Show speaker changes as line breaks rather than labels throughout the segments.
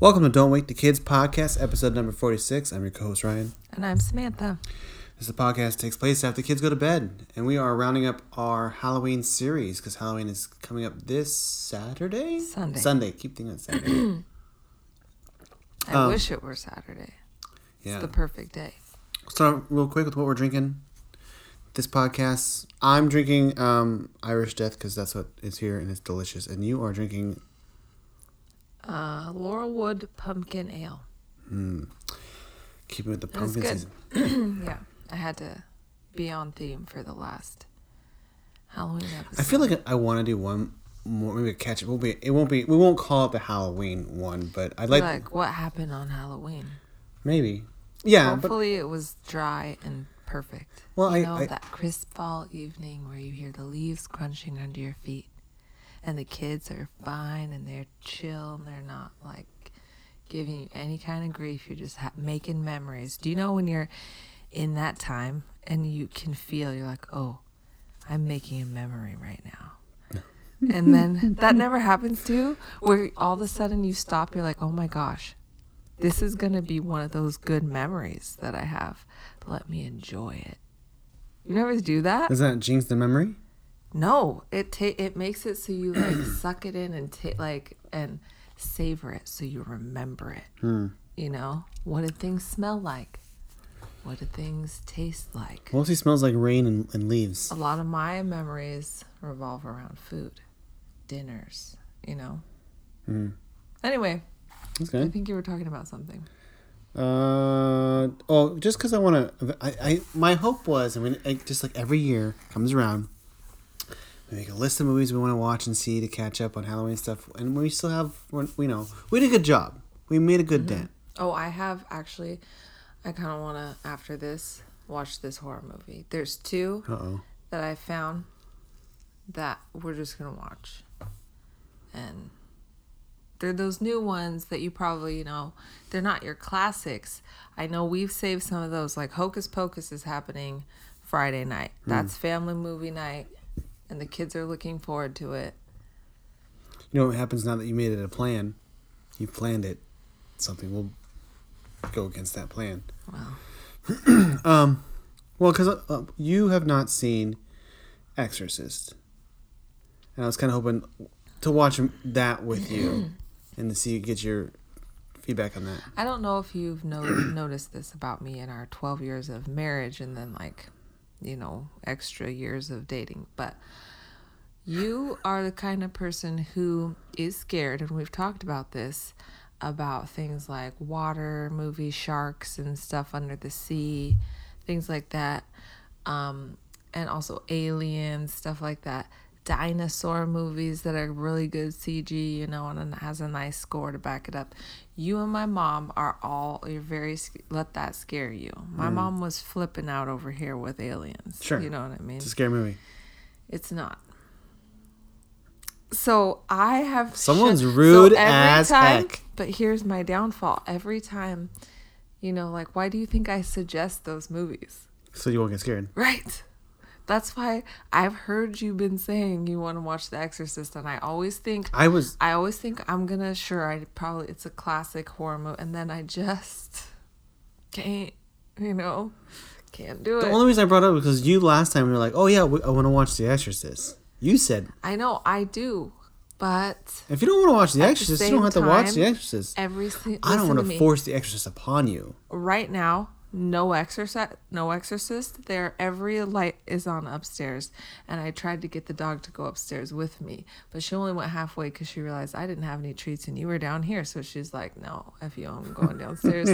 Welcome to Don't Wake the Kids podcast, episode number 46. I'm your co host, Ryan.
And I'm Samantha.
This podcast takes place after the kids go to bed, and we are rounding up our Halloween series because Halloween is coming up this Saturday?
Sunday.
Sunday. Keep thinking it's Saturday.
I wish it were Saturday.
Um, yeah.
It's the perfect day.
Start real quick with what we're drinking. This podcast, I'm drinking um, Irish Death because that's what is here and it's delicious. And you are drinking
Uh, Laurelwood Pumpkin Ale.
keeping with the
That's
pumpkin
good.
season.
yeah, I had to be on theme for the last Halloween episode.
I feel like I want to do one more, maybe a catch. It won't be. It won't be. We won't call it the Halloween one, but I'd like
like, what happened on Halloween.
maybe. Yeah, but
Hopefully, it was dry and perfect.
Well,
you
I-
know
I-
that crisp fall evening where you hear the leaves crunching under your feet, and the kids are fine and they're chill and they're not like giving you any kind of grief. You're just ha- making memories. Do you know when you're in that time and you can feel you're like, oh, I'm making a memory right now. and then that never happens to you, where all of a sudden you stop. You're like, oh my gosh, this is going to be one of those good memories that I have. Let me enjoy it. You never do that?
doesn't that jinx the memory?
No, it ta- it makes it so you like suck it in and take like and savor it so you remember it. You know, what did things smell like? What did things taste like?
Mostly smells like rain and, and leaves.
A lot of my memories revolve around food, dinners. You know. Anyway,
That's
I
good.
think you were talking about something.
Uh oh, just because I want to, I, I my hope was, I mean, I, just like every year comes around, we make a list of movies we want to watch and see to catch up on Halloween stuff, and we still have, we're- we know, we did a good job. We made a good dent.
Oh, I have actually. I kind of want to after this watch this horror movie. There's two
Uh oh.
that I found that we're just gonna watch, and they're those new ones that you probably you know they're not your classics. I know we've saved some of those. Like Hocus Pocus is happening Friday night. That's family movie night, and the kids are looking forward to it.
You know what happens now that you made it a plan? You planned it. Something will go against that plan.
Wow.
um, well, because uh, you have not seen Exorcist, and I was kind of hoping to watch that with you and to see get your feedback on that.
I don't know if you've no- noticed this about me in our 12 years of marriage and then, like, you know, extra years of dating, but you are the kind of person who is scared, and we've talked about this about things like water, movie sharks, and stuff under the sea, things like that, um, and also aliens, stuff like that. Dinosaur movies that are really good CG, you know, and it has a nice score to back it up. You and my mom are all you're very sc- let that scare you. My mom was flipping out over here with aliens.
Sure.
you know what I mean.
It's a scary movie.
It's not. So I have
Someone's rude
every
as
time-
heck.
But here's my downfall. Every time, you know, like why do you think I suggest those movies?
So you won't get scared.
Right. That's why I've heard you been saying you want to watch The Exorcist, and I always think
I was
I always think I'm gonna sure I probably it's a classic horror movie, and then I just can't, you know, can't do
the
it.
only reason I brought it up because you last time you were like, "Oh yeah, we, I want to watch The Exorcist." You said,
I know I do, but
"If you don't want to watch The Exorcist, you
same
don't have to watch
time,
The Exorcist."
every single
I don't want
to
to force The Exorcist upon you.
right now no exercise no exorcist there every light is on upstairs and i tried to get the dog to go upstairs with me but she only went halfway because she realized i didn't have any treats and you were down here so she's like no if you i'm going downstairs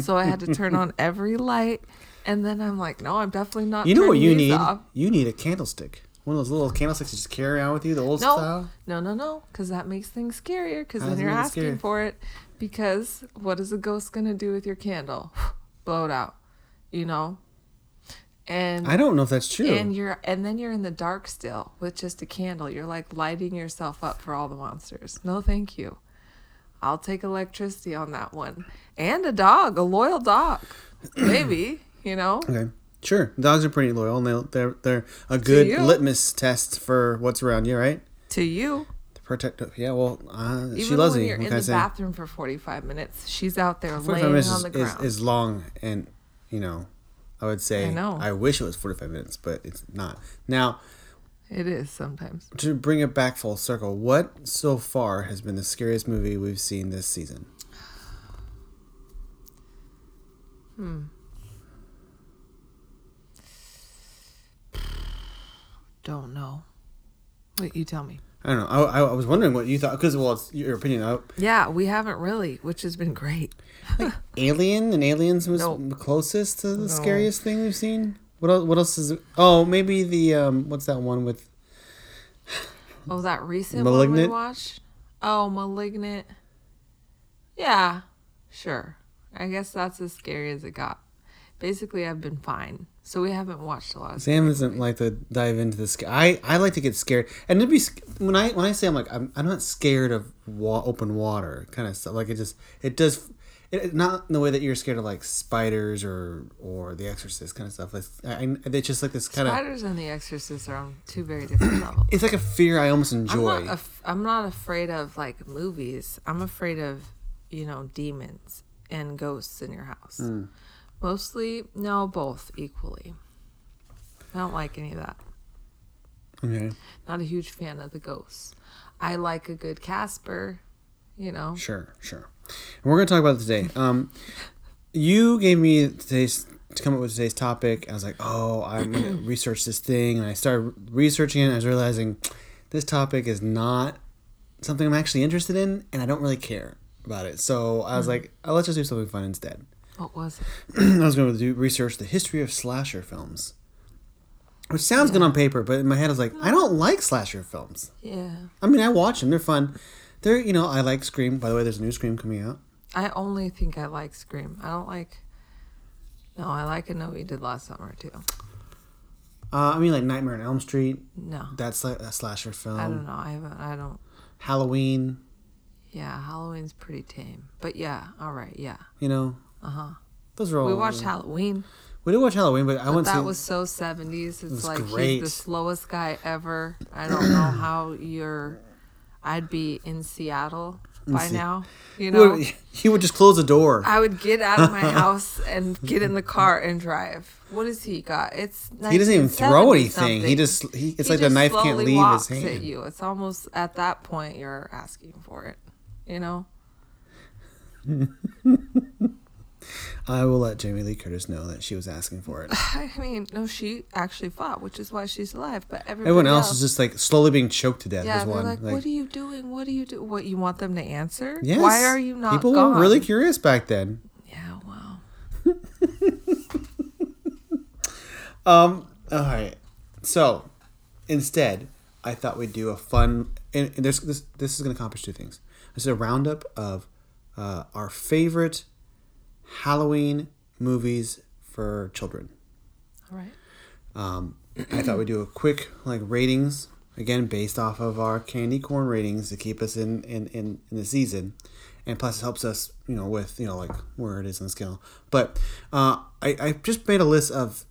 so i had to turn on every light and then i'm like no i'm definitely not
You know what
turning
you
these
need?
off.
You need a candlestick. One of those little candlesticks you just carry around with you, the old
no,
style.
no, no, no, because that makes things scarier. Because
How
then
does it
you're
make it
asking
scary?
for it. Because what is a ghost gonna do with your candle? Blow it out, you know. And
I don't know if that's true.
and you're and then you're in the dark still with just a candle. You're like lighting yourself up for all the monsters. No, thank you. I'll take electricity on that one and a dog, a loyal dog, maybe. You know,
okay, sure. Dogs are pretty loyal, and they'll- they're they're a good
you.
litmus test for what's around you, right?
to you.
They're protect. Yeah, well, uh, she
Even
loves
when
me.
you're
What
in
can
the
I say?
bathroom for 45 minutes, she's out there
Forty-five
laying
minutes
on
is,
the
is,
ground.
is long, and you know, I would say
I know.
wish it was forty-five minutes, but it's not. Now,
it is sometimes.
to bring it back full circle, what so far has been the scariest movie we've seen this season?
Don't know. Wait, you tell me.
I don't know. I, I, I was wondering what you thought because well, it's your opinion. Uh, I,
Yeah, we haven't really, which has been great.
Alien and Aliens was
No.
the closest to the
No.
scariest thing we've seen. What else? What else is? Oh, maybe the um, what's that one with?
Oh, that recent one we
Malignant?
watched? Oh, Malignant. Yeah, sure. I guess that's as scary as it got. Basically, I've been fine. So we haven't watched a lot of
Sam isn't like to dive into the sc- I I like to get scared, and it'd be sc- when I when I say I'm like I'm, I'm not scared of wa- open water kind of stuff. Like it just it does. It, it- not in the way that you're scared of like spiders or or The Exorcist kind of stuff. It's, I, I, it's just like this kind of.
Spiders and The Exorcist are on two very different levels.
It's like a fear I almost enjoy.
I'm not, af- I'm not afraid of like movies. I'm afraid of, you know, demons and ghosts in your house. Mostly, no, both equally. I don't like any of that.
okay,
Not a huge fan of the ghosts. I like a good Casper, you know.
sure, sure. And we're gonna talk about it today. Um, you gave me today's to come up with today's topic. I was like, oh, I'm gonna research this thing, and I started researching it. And I was realizing this topic is not something I'm actually interested in, and I don't really care about it. So I was like, oh, let's just do something fun instead.
What was it?
I was going to do research the history of slasher films, which sounds good on paper, but in my head I was like, I don't like slasher films.
Yeah.
I mean, I watch them; they're fun. They're you know, I like Scream. By the way, there's a new Scream coming out.
I only think I like Scream. I don't like. No, I like I know what you did last summer too.
Uh, I mean, like Nightmare on Elm Street.
No,
That's like a slasher film.
I don't know. I haven't. I don't.
Halloween.
Yeah, Halloween's pretty tame. But yeah, all right. Yeah.
You know.
Uh huh.
Those are all.
We watched Halloween.
We did watch Halloween, but I
But
Oh, went
that
to.
was so 70s. It's
was
like he's
great.
the slowest guy ever. I don't know how you're. I'd be in Seattle by
Se-
now. You
He would-
know,
he would just close the door.
I would get out of my house and get in the car and drive. What has he got? It's
he doesn't even throw
1970
anything. He
something.
just. He, it's
He
like the
just
knife can't
slowly
leave his
walks
hand.
At you. It's almost at that point you're asking for it. You know.
I will let Jamie Lee Curtis know that she was asking for it.
I mean, no, she actually fought, which is why she's alive. But everybody
Everyone else
else
is just like slowly being choked to death.
Yeah,
is
they're
one.
like,
Like,
what are you doing? What do you do? What you want them to answer?
yes,
Why are you not?
People
gone?
were really curious back then.
Yeah, wow.
Um. All right. So, instead, I thought we'd do a fun. And and there's this. This is going to accomplish two things. This is a roundup of uh, our favorite Halloween movies for children.
All right.
Um, I thought we'd do a quick like ratings again based off of our candy corn ratings to keep us in in in, in the season, and plus it helps us you know with you know like where it is on the scale. But uh, I I just made a list of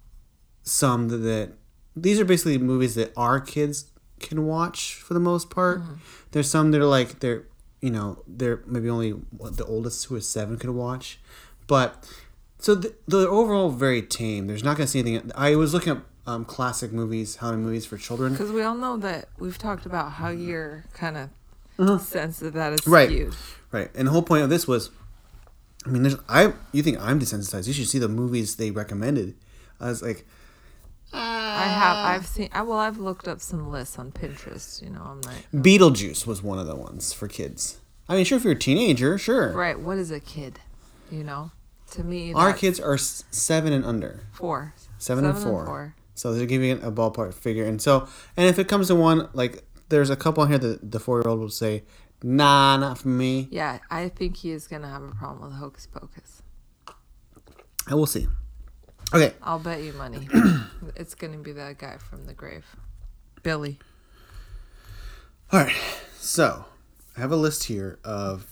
some that, that these are basically movies that our kids can watch for the most part. There's some that are like they're you know they're maybe only what, the oldest who is seven could watch, but so the, the overall very tame. There's not going to see anything. I was looking up um, classic movies, Halloween movies for children.
Because we all know that we've talked about how your kind of sense of that is
Uh-huh. Right.
skewed.
Right. And the whole point of this was, I mean, there's I. You think I'm desensitized? You should see the movies they recommended. I was like,
I have. I've seen. I, well, I've looked up some lists on Pinterest. You know, I'm like,
Mm. Beetlejuice was one of the ones for kids. I mean, sure, if you're a teenager, sure.
right. What is a kid? You know, to me,
Our
that's
kids are s- seven and under.
four,
Seven, and, four. So they're giving it a ballpark figure. And so, and if it comes to one, like, there's a couple on here that the four year old will say, nah, not for me.
Yeah, I think he is gonna have a problem with Hocus Pocus.
I will see. Okay.
I'll bet you money. it's gonna be that guy from the grave, Billy.
All right. So I have a list here of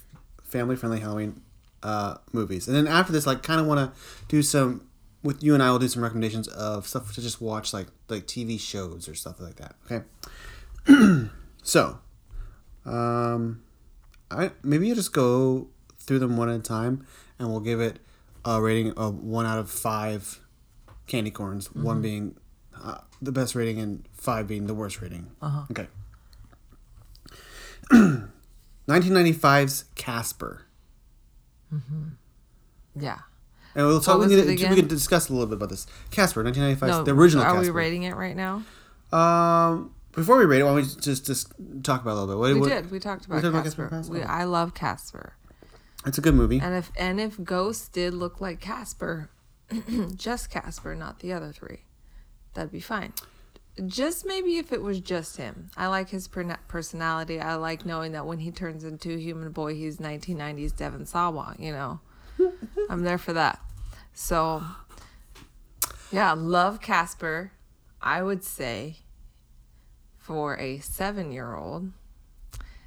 family friendly Halloween uh, movies. And then after this, like, kind of want to do some, with you and I, will do some recommendations of stuff to just watch, like, like TV shows or stuff like that. Okay. so Um, I maybe you just go through them one at a time, and we'll give it a rating of one out of five candy corns. One being uh, the best rating, and five being the worst rating. Uh-huh. Okay. 1995's Casper,
Yeah.
and we'll talk. We,
was
need
it
to, we
again?
can discuss a little bit about this. Casper, 1995,
No,
the original.
Are
Casper.
we rating it right now?
Um, before we rate it, why don't we just just talk about it a little bit? What,
We
what-
did. We talked about
talked about
Casper.
Casper,
We,
okay.
I love Casper.
It's a good movie.
And if and if ghosts did look like Casper, just Casper, not the other three, that'd be fine. Just maybe if it was just him. I like his perna- personality. I like knowing that when he turns into a human boy, he's 1990s Devon Sawa. You know, I'm there for that. So, yeah, love Casper. I would say for a seven year old,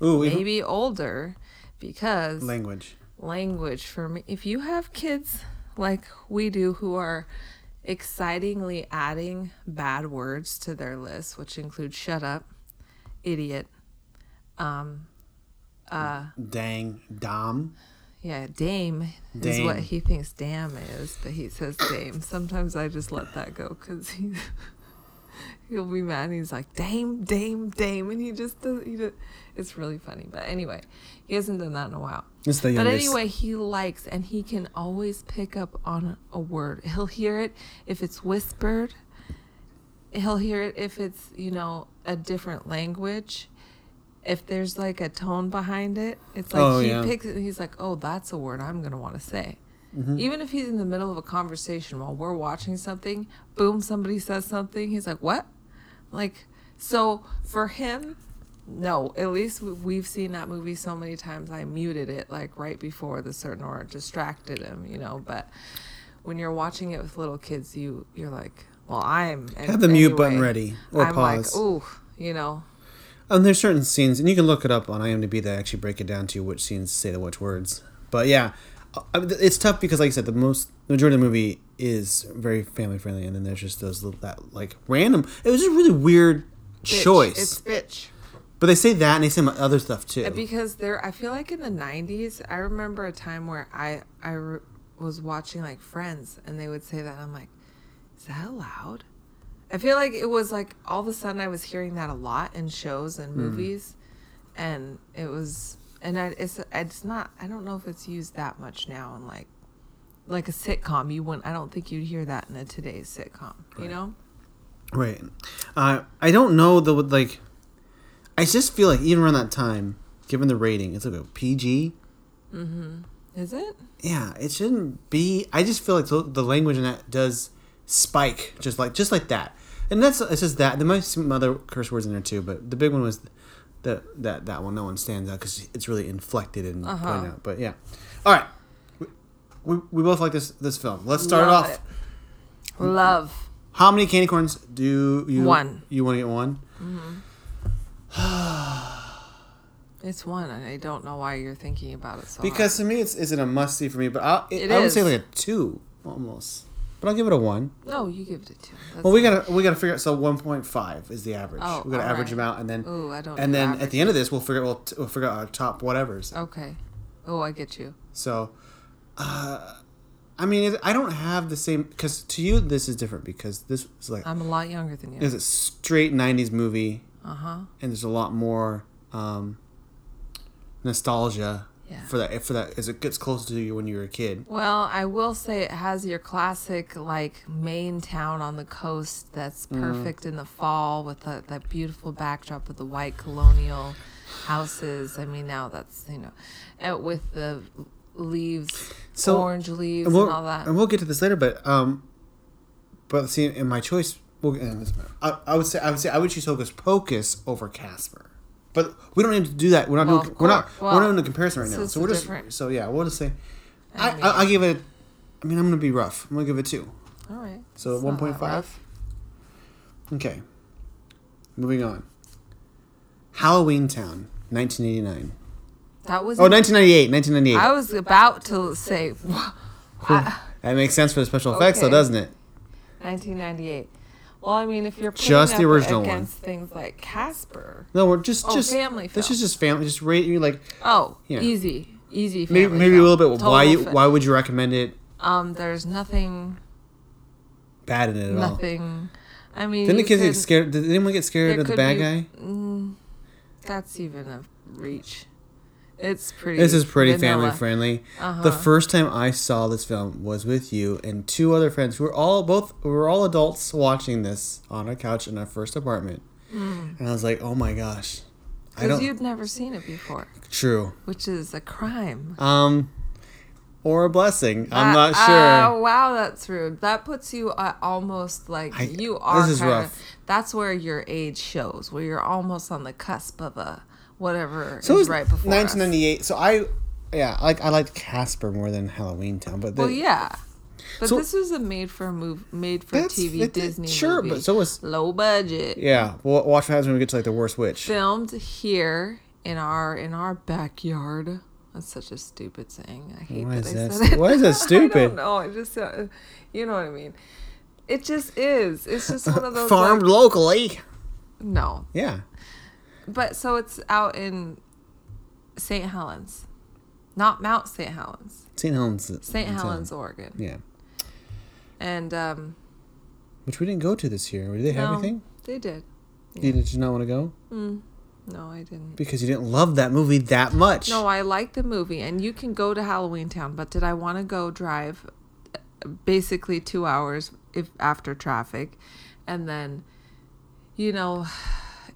Ooh, we-
maybe older, because
language.
language for me. If you have kids like we do who are excitingly adding bad words to their list, which include shut up, idiot,
Dang, dom.
yeah, dame, is
Dame.
what he thinks damn is, but he says dame. Sometimes I just let that go because he. He'll be mad. And he's like, "Dame, dame, dame," and he just doesn't. He just, it's really funny. But anyway, he hasn't done that in a while.
It's the
But
youngest.
anyway, he likes and he can always pick up on a word. He'll hear it if it's whispered. He'll hear it if it's, you know, a different language. If there's like a tone behind it, it's like
Oh,
he
yeah.
picks it and he's like, oh, that's a word I'm going to want to say.
Mm-hmm.
Even if he's in the middle of a conversation while we're watching something, boom, somebody says something. He's like, what? Like, so for him, no, at least we- we've seen that movie so many times. I muted it like right before the certain or it distracted him, you know. But when you're watching it with little kids, you you're like, well, I'm
Have the mute button ready, or
I'm
pause.
like, ooh, you know,
And there's certain scenes, and you can look it up on IMDb that actually break it down to you which scenes say the which words. But yeah, I- I- it's tough because, like I said, the most the majority of the movie is very family friendly, and then there's just those little that like random. It was just a really weird
bitch.
choice.
It's bitch.
but they say that, and they say my other stuff too.
because there i feel like in the 90s i remember a time where i i re- was watching like friends and they would say that and i'm like is that loud i feel like it was like all of a sudden i was hearing that a lot in shows and movies and it was and I, it's it's not i don't know if it's used that much now in like like a sitcom you wouldn't i don't think you'd hear that in a today's sitcom you know
Right. Uh, I don't know the like. I just feel like even around that time, given the rating, it's like a PG.
is it
Yeah, it shouldn't be. I just feel like the, the language in that does spike just like just like that, and that's it's just that. There might be some other curse words in there too, but the big one was the that that one. No one stands out because it's really inflected and
Uh-huh.
pointed out. But yeah, all right. We, we both like this this film. Let's start
Love
off.
it. love
How many candy corns do you
One.
You want to get one?
It's one, and I don't know why you're thinking about it so
Because to me, it's isn't a must see for me, but I
It
I would say
is.
like a two almost, but I'll give it a one.
hard. No, you give it a two. That's
Well, we gotta we gotta figure out. So one point five is the average.
Oh,
we gotta
all
average
right.
them out, and then
Ooh, I don't
and
do
then at the end of this, we'll figure we'll, t- we'll figure out our top whatevers.
okay. Oh, I get you.
So, uh, I mean, it, I don't have the same because to you this is different because this is like
I'm a lot younger than you.
it's a straight '90s movie,
Uh huh.
and there's a lot more um, nostalgia
Yeah.
for that for that as it gets closer to you when you were a kid.
Well, I will say it has your classic like main town on the coast that's
Mm.
perfect in the fall with the, that beautiful backdrop of the white colonial houses. I mean, now that's you know, and with the leaves,
So-
orange leaves,
and we'll,
and all that.
and we'll get to this later, but um, but see, in my choice, we'll, and this- I, I would say I would say I would choose Hocus Pocus over Casper, but we don't need to do that. We're not
Well,
doing,
of
we're not
course.
we're not
Well,
doing a comparison right
this
now.
is
So we're just
different.
so yeah, we'll just say I,
mean-
I I give it. I mean, I'm gonna be rough. I'm gonna give it two.
all right.
So
it's not
one
that
point five.
rough.
Okay, moving on. Halloween Town, 1989.
That was.
Oh, 1998, 1998.
I was about to say.
That makes sense for the special effects, though,
Okay.
doesn't it?
1998. Well, I mean, if you're putting
Just the
up
original one.
against things like Casper.
No, we're just
Oh,
just
family
This
film.
is just family. Just rate you like
Oh,
Yeah.
easy, easy.
maybe
family
maybe a
film.
little bit.
Total
Why you,
fa-
why would you recommend it?
Um, there's nothing,
Bad in it at all?
nothing. I mean,
Didn't the
you
kids get
could-
scared? Did anyone get scared
there
of the
could
bad
be-
guy?
Mm, that's even a reach. It's pretty.
This is pretty
vanilla.
family friendly. The
Uh-huh.
first time I saw this film was with you and two other friends who were all both we were all adults watching this on our couch in our first apartment.
Hmm.
And I was like, "Oh my gosh." I
Because
don't
you'd never seen it before,
true.
which is a crime.
Um or a blessing. I'm
Uh,
not sure.
uh, wow, that's rude. That puts you at almost like
I-
you are.
this is
kinda,
rough.
That's where your age shows, where you're almost on the cusp of a whatever
so it
is
was
right before. us.
1998. So I yeah, like I liked Casper more than Halloween Town, but
Well,
the-
yeah. But
So-
this was a made for move, made for
That's-
TV
it- it-
Disney
sure,
movie.
but so was-
low budget.
yeah, well, watch what happens when we get to like the worst witch.
Filmed here in our in our backyard. That's such a stupid saying. I hate
Why
that
is
I
that
said
stu-
it.
why is that
I don't
stupid?
know. I just uh, you know what I mean. It just is. It's just one of those
Farmed
like,
locally.
no.
Yeah.
But so it's out in St. Helens. Not Mount St. Helens.
St. Helens.
St.
Town.
Helens, Oregon.
Yeah.
And um
Which we didn't go to this year. Did they have
no,
anything?
They did.
You did you not want to go?
No, I didn't.
Because you didn't love that movie that much.
No, I like the movie, and you can go to Halloween Town, but did I want to go drive uh, basically two hours if after traffic, and then, you know,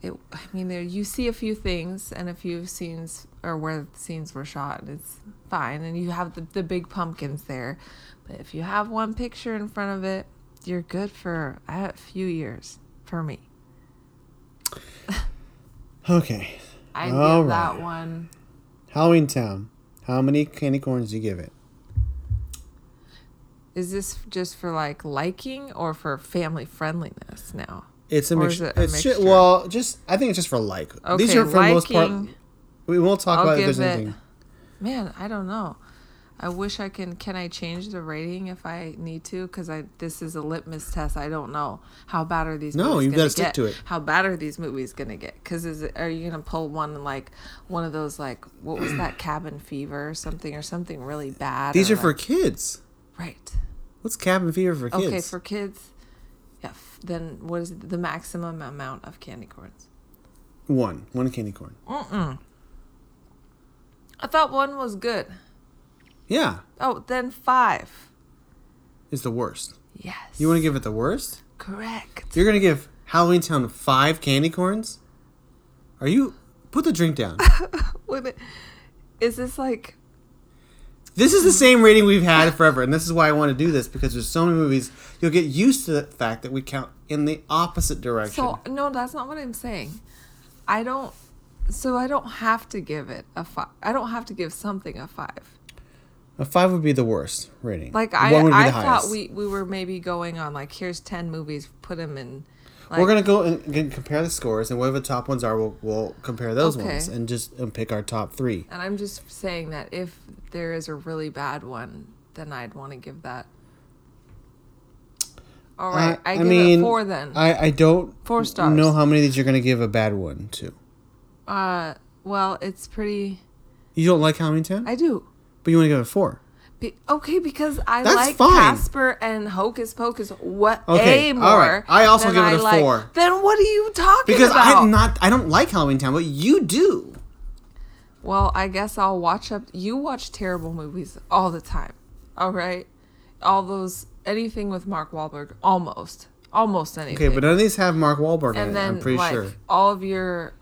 it. I mean, there you see a few things and a few scenes or where the scenes were shot. and It's fine, and you have the, the big pumpkins there, but if you have one picture in front of it, you're good for a few years for me.
Okay.
I
All
give that
right.
one
Halloween Town. How many candy corns do you give it?
Is this just for like liking or for family friendliness now?
It's a
Or is
mixture.
it a
it's ju-
mixture?
well, just I think it's just for like. These
Okay,
are for the most part.
liking,
We won't talk
I'll
about it if
give
there's
it-
anything.
Man, I don't know. I wish I can. Can I change the rating if I need to? Because I this is a litmus test. I don't know how bad are these.
No,
movies
you've
gonna
gotta stick
get?
to it.
How bad are these movies gonna get? Because is it, are you gonna pull one like one of those like what was that Cabin Fever or something or something really bad?
These
or
are for
like-
kids.
right.
What's cabin fever for kids?
Okay, for kids. Yeah. f- Then what is the maximum amount of candy corns?
one, one candy corn.
I thought one was good.
Yeah,
Oh, then five.
is the worst.
Yes.
You want to give it the worst?
correct?
You're gonna give Halloween Town five candy corns? Are you? Put the drink down.
Wait a minute. Is this like
This is the same rating we've had forever, and this is why I want to do this because there's so many movies. You'll get used to the fact that we count in the opposite direction.
so? No, that's not what I'm saying. I don't. So I don't have to give it a five. I don't have to give something a five.
a five would be the worst rating.
Like I, I thought we we were maybe going on like here's ten movies, put them in. Like,
We're gonna go and, and compare the scores, and whatever the top ones are, we'll, we'll compare those
Okay.
ones and just and pick our top three.
And I'm just saying that if there is a really bad one, then I'd want to give that. All right,
Uh,
I, give it four then.
I, I don't
Four stars.
know how many of these you're gonna give a bad one to.
Uh, well, it's pretty.
You don't like Halloween Town,
I do.
but you want to give it four.
Be, okay, because I
That's
like
fine.
Casper and Hocus Pocus. What
Okay,
a more?
all right. I also
than
give it a
like-
four.
Then what are you talking
Because
about?
I'm not, I don't like Halloween Town, but you do.
Well, I guess I'll watch up. You watch terrible movies all the time. All right, all those anything with Mark Wahlberg, almost, almost anything.
Okay, but none of these have Mark Wahlberg in
and
it.
then
I'm pretty
like
sure.
all of your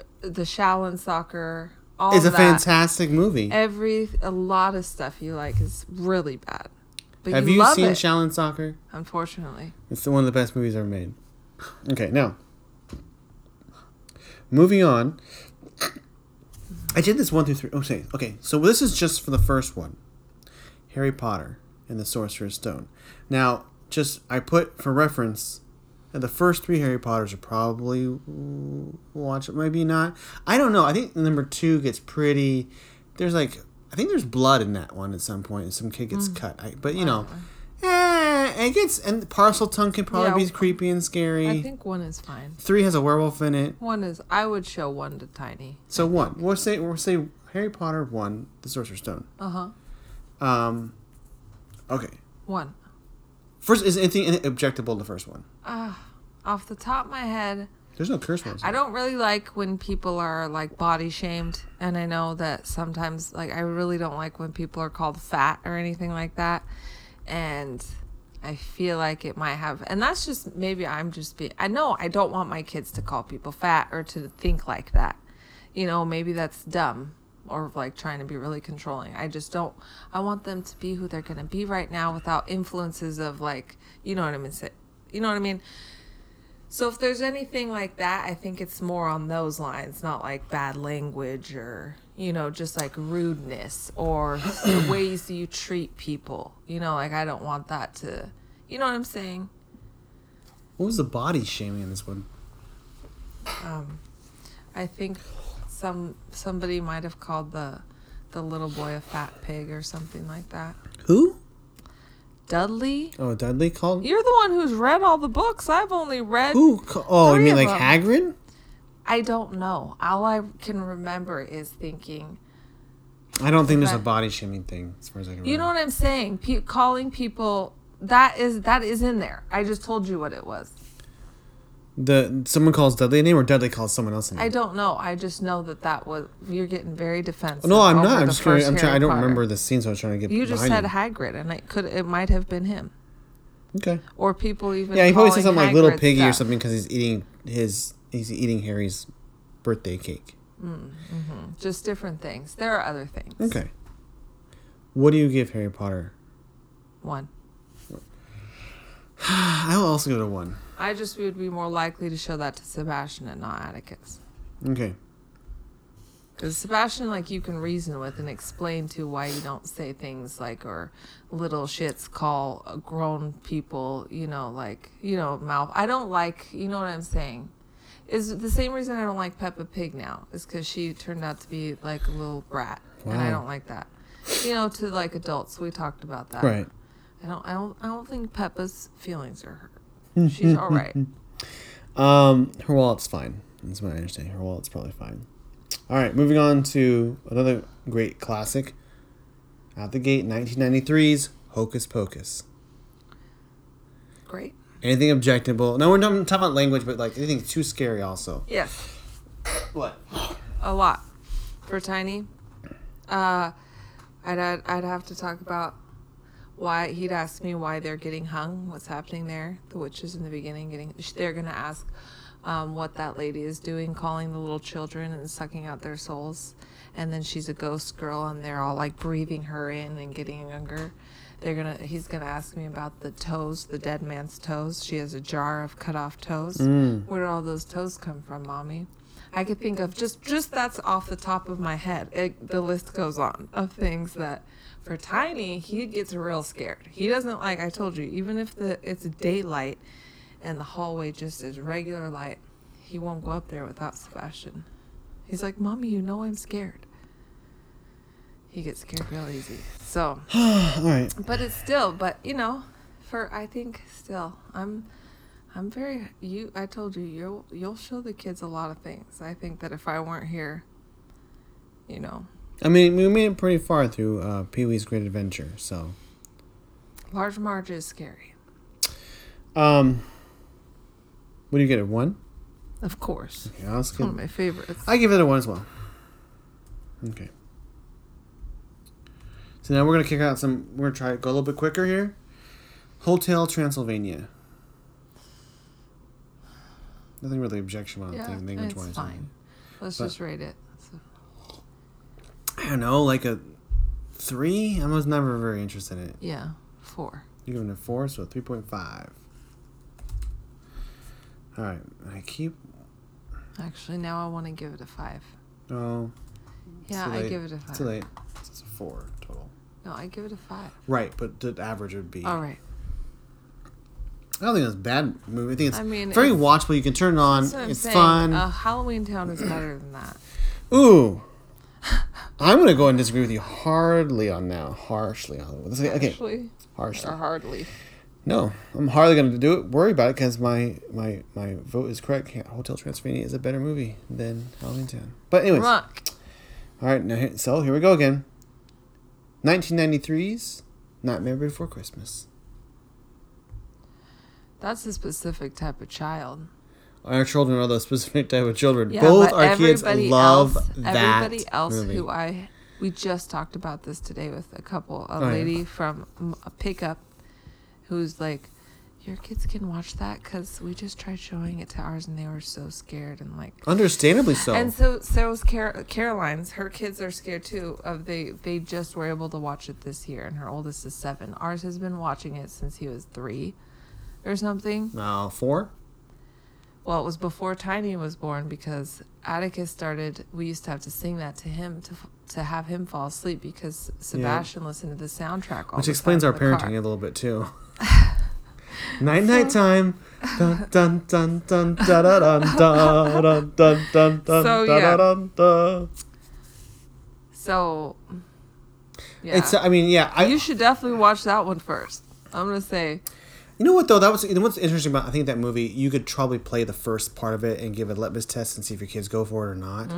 uh, the Shaolin soccer. All
It's a
that.
fantastic movie.
Every a lot of stuff you like is really bad. But
Have
you,
you,
love
seen
it.
Shaolin Soccer?
Unfortunately.
It's one of the best movies ever made. Okay, now. Moving on. I did this one through three. Okay, okay. So this is just for the first one, Harry Potter and the Sorcerer's Stone. Now, just I put for reference, uh, the first three Harry Potters are probably mm, watch it. Maybe not. I don't know. I think number two gets pretty. There's
Hmm.
like I think there's blood in that one at some point, and some kid gets cut. I, but you know, eh, and it gets and parcel tongue can probably
Yeah.
be creepy and scary.
I think one is fine.
Three has a werewolf in it.
One is I would show one to Tiny.
So one, we'll say we'll say Harry Potter one, The Sorcerer's Stone.
Uh huh.
Um, okay.
One.
First, is anything in- objectable? The first one.
Off the top of my head,
There's no curse words.
I don't really like when people are like body shamed, and I know that sometimes like I really don't like when people are called fat or anything like that, and I feel like it might have, and that's just maybe I'm just being. I know I don't want my kids to call people fat or to think like that, you know. Maybe that's dumb or like trying to be really controlling. I just don't. I want them to be who they're gonna be right now without influences of like you know what I mean. say- You know what I mean. So if there's anything like that, I think it's more on those lines, not like bad language or you know just like rudeness or the ways you treat people. You know, like I don't want that to. You know what I'm saying?
What was the body shaming in this one?
I think some somebody might have called the the little boy a fat pig or something like that.
Who?
Dudley,
Oh, Dudley called.
you're the one who's read all the books. I've only read.
Who? Ca- oh, you
Three
mean
of
like
them.
Hagrid?
I don't know. All I can remember is thinking
I don't think there's a
But-
body shaming thing as far as I can.
You know
remember.
what I'm saying? Pe- calling people that is that is in there. I just told you what it was.
the someone calls Dudley a name or Dudley calls someone else a name.
I don't know. I just know that that was. You're getting very defensive.
no, I'm
over
not. I'm
the
just curious.
first
I'm trying. I
Harry
don't
Potter.
remember the scene, so I was trying to get.
You just
behind
said Hagrid, and it could it might have been him
you. Okay.
or people even.
Yeah, he probably
calling
said something like "little
Hagrid
piggy" or
stuff.
something because he's eating his he's eating Harry's birthday cake.
Just different things. There are other things.
Okay. What do you give Harry Potter?
One.
I'll also go to one.
I just would be more likely to show that to Sebastian and not Atticus.
Okay.
Because Sebastian, like, you can reason with and explain to why you don't say things like, or little shits call uh, grown people, you know, like, you know, mouth. I don't like, you know what I'm saying? Is the same reason I don't like Peppa Pig now, is because she turned out to be like a little brat. And I
Wow.
don't like that. You know, to like adults, we talked about that.
Right.
I don't, I don't, I don't think Peppa's feelings are hurt. She's all right.
Um, her wallet's fine. That's what I understand. Her wallet's probably fine. All right, moving on to another great classic. Out the gate, 1993's Hocus Pocus.
Great.
Anything objectable? No, we're not talking about language, but like anything too scary. Also,
Yes.
what?
a lot for tiny uh I'd, I'd i'd have to talk about why he'd ask me why they're getting hung what's happening there the witches in the beginning getting sh- they're gonna ask um, what that lady is doing calling the little children and sucking out their souls and then she's a ghost girl and they're all like breathing her in and getting younger they're gonna he's gonna ask me about the toes the dead man's toes she has a jar of cut off toes where did all those toes come from mommy I could think of just just that's off the top of my head. It, the list goes on of things that for Tiny he gets real scared. He doesn't like I told you even if the it's daylight and the hallway just is regular light, he won't go up there without Sebastian. He's like, "Mommy, you know I'm scared." He gets scared real easy. So,
All right.
but it's still, but you know, for I think still, I'm, I'm very you. I told you you'll you'll show the kids a lot of things. I think that if I weren't here, you know,
I mean, we made it pretty far through uh, Pee Wee's Great Adventure, so.
large Marge is scary,
Um, what do you get? A one?
of course.
Yeah, I'll
It's one of
skip.
my favorites.
I give it a one as well. Okay. So now we're gonna kick out some. We're gonna try to go a little bit quicker here. Hotel Transylvania. Nothing really objectionable. Uh, I don't
yeah,
think, language
it's
wise.
fine. Let's
But-
just rate it. So,
I don't know, like a three. I was never very interested in it.
yeah, four.
You're giving it a four, so three point five. All right, I keep.
Actually, now I want to give it a five.
Oh,
Yeah,
too
I
late.
give it a five.
Too late. It's a four total.
No, I give it a five.
Right, but the average would be.
All right.
I don't think that's a bad movie. I think it's
I mean,
very
it's-
watchable. You can turn it on.
That's what I'm
Um, It's
saying.
fun.
Uh, Halloween Town is better than that.
Ooh, I'm gonna go and disagree with you hardly on now, harshly on. Let's say- Okay,
Actually,
harshly.
or hardly.
No, I'm hardly going to do it. Worry about it because my my my vote is correct. Hotel Transylvania is a better movie than Halloween Town. But anyways,
Rock.
all right. Now, here- so here we go again. 1993's Nightmare Before Christmas.
That's a specific type of child.
Our children are the specific type of children.
Yeah,
Both
but
our kids
everybody
love
else,
that
Everybody else
movie.
who I we just talked about this today with a couple, a
Oh, yeah.
lady from mm, a pickup, who's like, "Your kids can watch that because we just tried showing it to ours and they were so scared and like."
Oh, Understandably so.
And so so's Car- Caroline's. Her kids are scared too. Of they they just were able to watch it this year, and her oldest is seven. Ours has been watching it since he was three, or something.
Now four.
Well, it was before Tiny was born because Atticus started. We used to have to sing that to him to f- to have him fall asleep because Sebastian listened to the soundtrack all
Which
the
explains our
time in the
parenting
car.
a little bit too. night night time. Dun dun dun dun da da dun da dun dun dun dun da
So,
da
yeah.
dun da.
So, yeah,
It's uh, I mean yeah I
you
you
should definitely watch that one first. I'm gonna say
know what though that was you know what's interesting about I think that movie you could probably play the first part of it and give a litmus test and see if your kids go for it or not.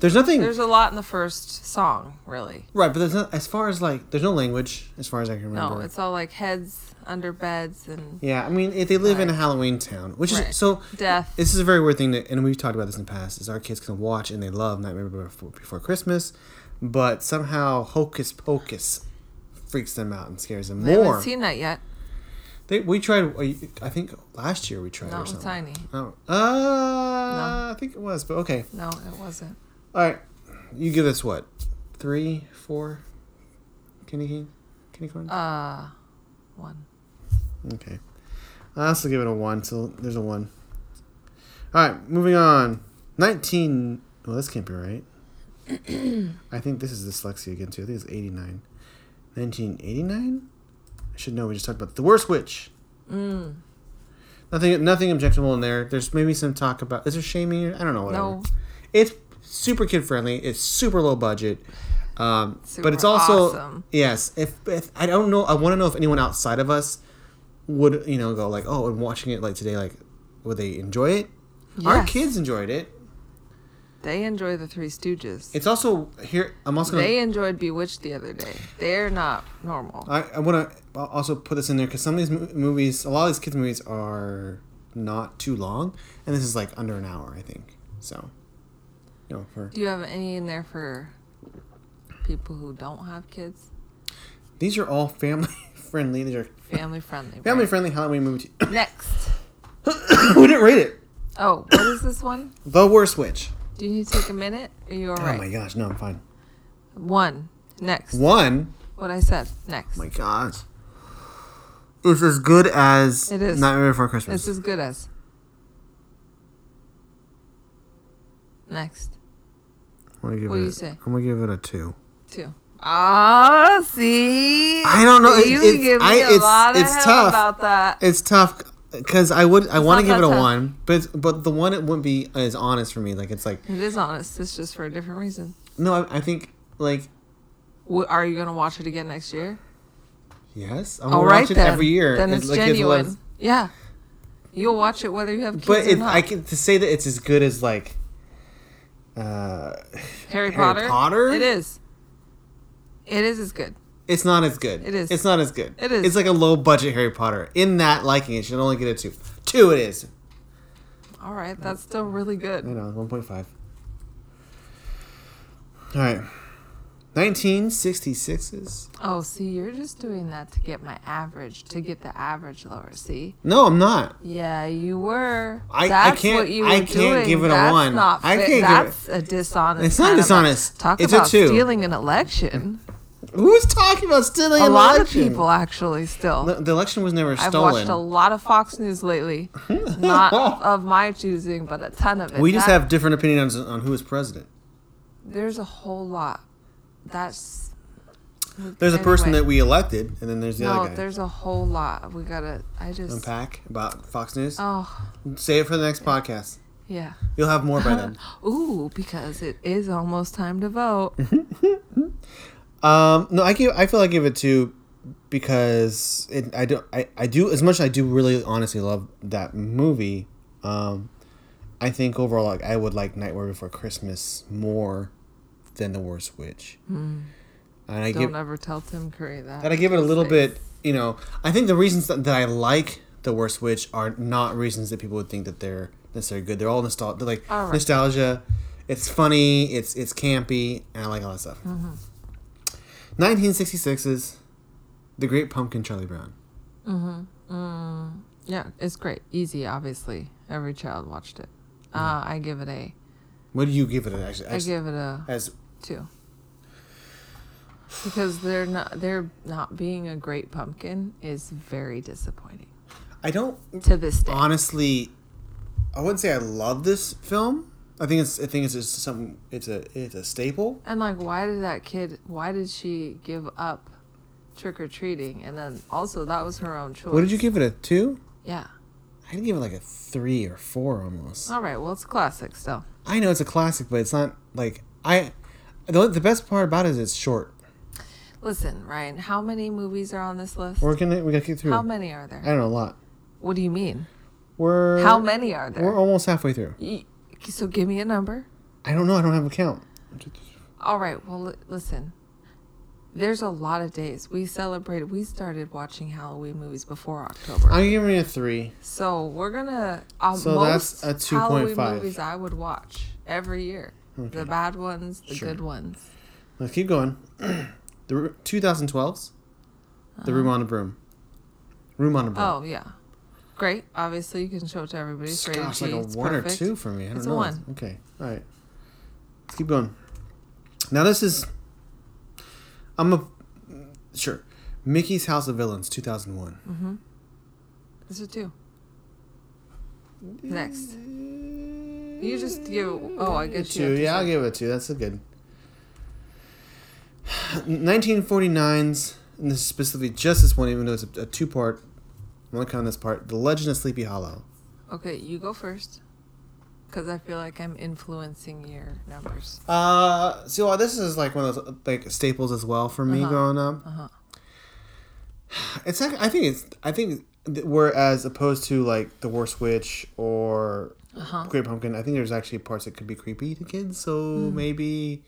There's nothing
Mm-hmm. there's a lot in the first song, really.
right, but there's not as far as like there's no language as far as I can remember.
No, it's all like heads under beds and
Yeah, I mean, if they live in a
Right.
Halloween town, which
Right.
is so
Death.
This is a very weird thing, that, and we've talked about this in the past. Is our kids can watch and they love Nightmare Before, Before Christmas, but somehow Hocus Pocus freaks them out and scares them
I
more.
haven't seen that yet.
they, we tried, I think last year we tried. or
Not with
something.
Tiny.
Oh, uh, I think it was, but okay.
No, it wasn't.
All right, you give us what three, four, candy cane, candy corn.
Uh, one.
Okay. I also give it a one, so there's a one. Alright, moving on. Nineteen well this can't be right. I think this is dyslexia again too. I think it's eighty nine. Nineteen eighty nine? I should know we just talked about the worst witch. Nothing nothing objectionable in there. There's maybe some talk about is there shaming I don't know whatever.
No.
It's super kid friendly, it's super low budget. Um, but
Super
it's also
awesome.
yes. If, if I don't know, I want to know if anyone outside of us would you know go like oh and watching it like today like would they enjoy it our
Yes.
kids enjoyed it
They enjoy the Three Stooges.
it's also here i'm also gonna
They enjoyed Bewitched the other day. They're not normal.
i, I want to also put this in there because some of these mo- movies a lot of these kids movies are not too long and this is like under an hour i think so you know for
Do you have any in there for people who don't have kids?
these are all family friendly these are
Family friendly.
family
right?
friendly halloween movie
Next.
we didn't rate it
Oh, what is this one?
the worst witch
Do you need to take a minute? Are you all
oh my
right?
gosh no i'm fine
One. Next.
one Oh
What I said. Next.
my gosh it's as good as
It is.
Nightmare Before Christmas.
It's as good as. Next.
I'm gonna give
What
it,
do you say?
I'm gonna give it a two.
Two. Ah, see.
I don't know, it-
You
it's-
give me
I-
a
it's-
lot of
it's
hell
tough.
about that.
It's tough because I would I want to
not
give it
that
a
tough.
one, but it's, but the one it wouldn't be as honest for me. Like it's like
It is honest. It's just for a different reason.
no, I, I think like
W- are you gonna watch it again next year?
yes, I'm
All
gonna
right,
watch it
then.
every year.
Then
It-
it's
like, it's
genuine.
loves-
yeah, you'll watch it whether you have kids
but
or
it,
not.
I can to say that it's as good as like uh, Harry
Harry, Potter.
Potter?
It is. It is as good.
it's not as good.
It is.
It's not as good.
It is.
It's like a low budget Harry Potter. In that liking, it should only get a two. Two it is.
All right, that's still really
I
good.
know, 1.5. All right. 1966's.
Oh, see, you're just doing that to get my average, to get the average lower. See?
No, I'm not.
Yeah, you were.
I- I
that's
can't-
What you
I
were
can't
doing.
give it a
that's
one.
Not
I
fit.
can't give it-
That's a dishonest.
It's not
kind of a-
dishonest.
talk
It's a
about
two.
stealing an election.
Who's talking about stealing
a
an
lot
election?
of people actually still.
The, the election was never
I've
stolen.
watched a lot of Fox News lately. Not of my choosing, but a ton of it.
we just
That-
have different opinions on, on who is president.
There's a whole lot. That's.
There's a person
Anyway.
that we elected, and then there's the
No,
other guy.
there's a whole lot. We gotta. I just.
Unpack about Fox News.
Oh,
Save it for the next podcast.
yeah.
You'll have more by then.
Ooh, because it is almost time to vote.
Um, no, I give. I feel I give it two because it I do I, I do as much as I do really honestly love that movie. Um, I think overall like I would like Nightmare Before Christmas more than The Worst Witch. And I
Don't
give
ever tell Tim Curry that.
and I give it a little bit, you know, I think the reasons that, that I like The Worst Witch are not reasons that people would think that they're necessarily good. They're all nostalgia. They're like
All right.
nostalgia. It's funny. It's it's campy, and I like all that stuff.
Mm-hmm.
1966's The Great Pumpkin, Charlie Brown.
Yeah, it's great. Easy, obviously. Every child watched it. Uh, I give it a.
What do you give it? Actually,
I give it a
as
two. Because they're not they're not being a great pumpkin is very disappointing
I don't
to this day.
honestly, I wouldn't say I love this film. I think it's I think it's just something. It's a it's a staple.
And like, why did that kid? Why did she give up trick or treating? And then also that was her own choice.
What did you give it? A two?
Yeah.
I would give it like a three or four almost.
All right. Well, it's classic still.
I know it's a classic, but it's not like I. The, the best part about it is it's short.
Listen, Ryan. How many movies are on this list?
We're gonna we gotta get through.
How many are
I
there?
don't know a lot.
What do you mean?
We're
How many are
We're
there?
almost halfway through.
Y- So give me a number.
I don't know. I don't have a count.
All right. Well, li- listen. There's a lot of days we celebrated. We started watching Halloween movies before October,
I'm giving it a three.
so we're gonna. Uh,
So
most
that's a 2.5.
Halloween movies I would watch every year. The bad ones, the good ones.
Let's keep going. the Ru- 2012's
Uh-huh.
The Room on a Broom. Room on a Broom.
Oh yeah, great. Obviously, you can show it to everybody. It's
It's
rated
gosh,
G.
like a
It's
one
perfect.
or two for me. I don't
It's a
know.
one.
Okay. All right. Let's keep going. Now this is. I'm a. Sure. Mickey's House of Villains, 2001.
It's a two. Next, you just give. Oh, I get
Two,
you.
yeah, I'll give it a two. That's a good. 1949's, and this is specifically just this one, even though it's a, a two part. I'm gonna count this part. The Legend of Sleepy Hollow.
Okay, you go first, because I feel like I'm influencing your numbers.
Uh, so uh, this is like one of those like staples as well for
Uh-huh.
me growing up. It's like, I think it's I think th- whereas opposed to like the Worst Witch or
Uh-huh.
Great Pumpkin, I think there's actually parts that could be creepy to kids. So
Mm-hmm.
maybe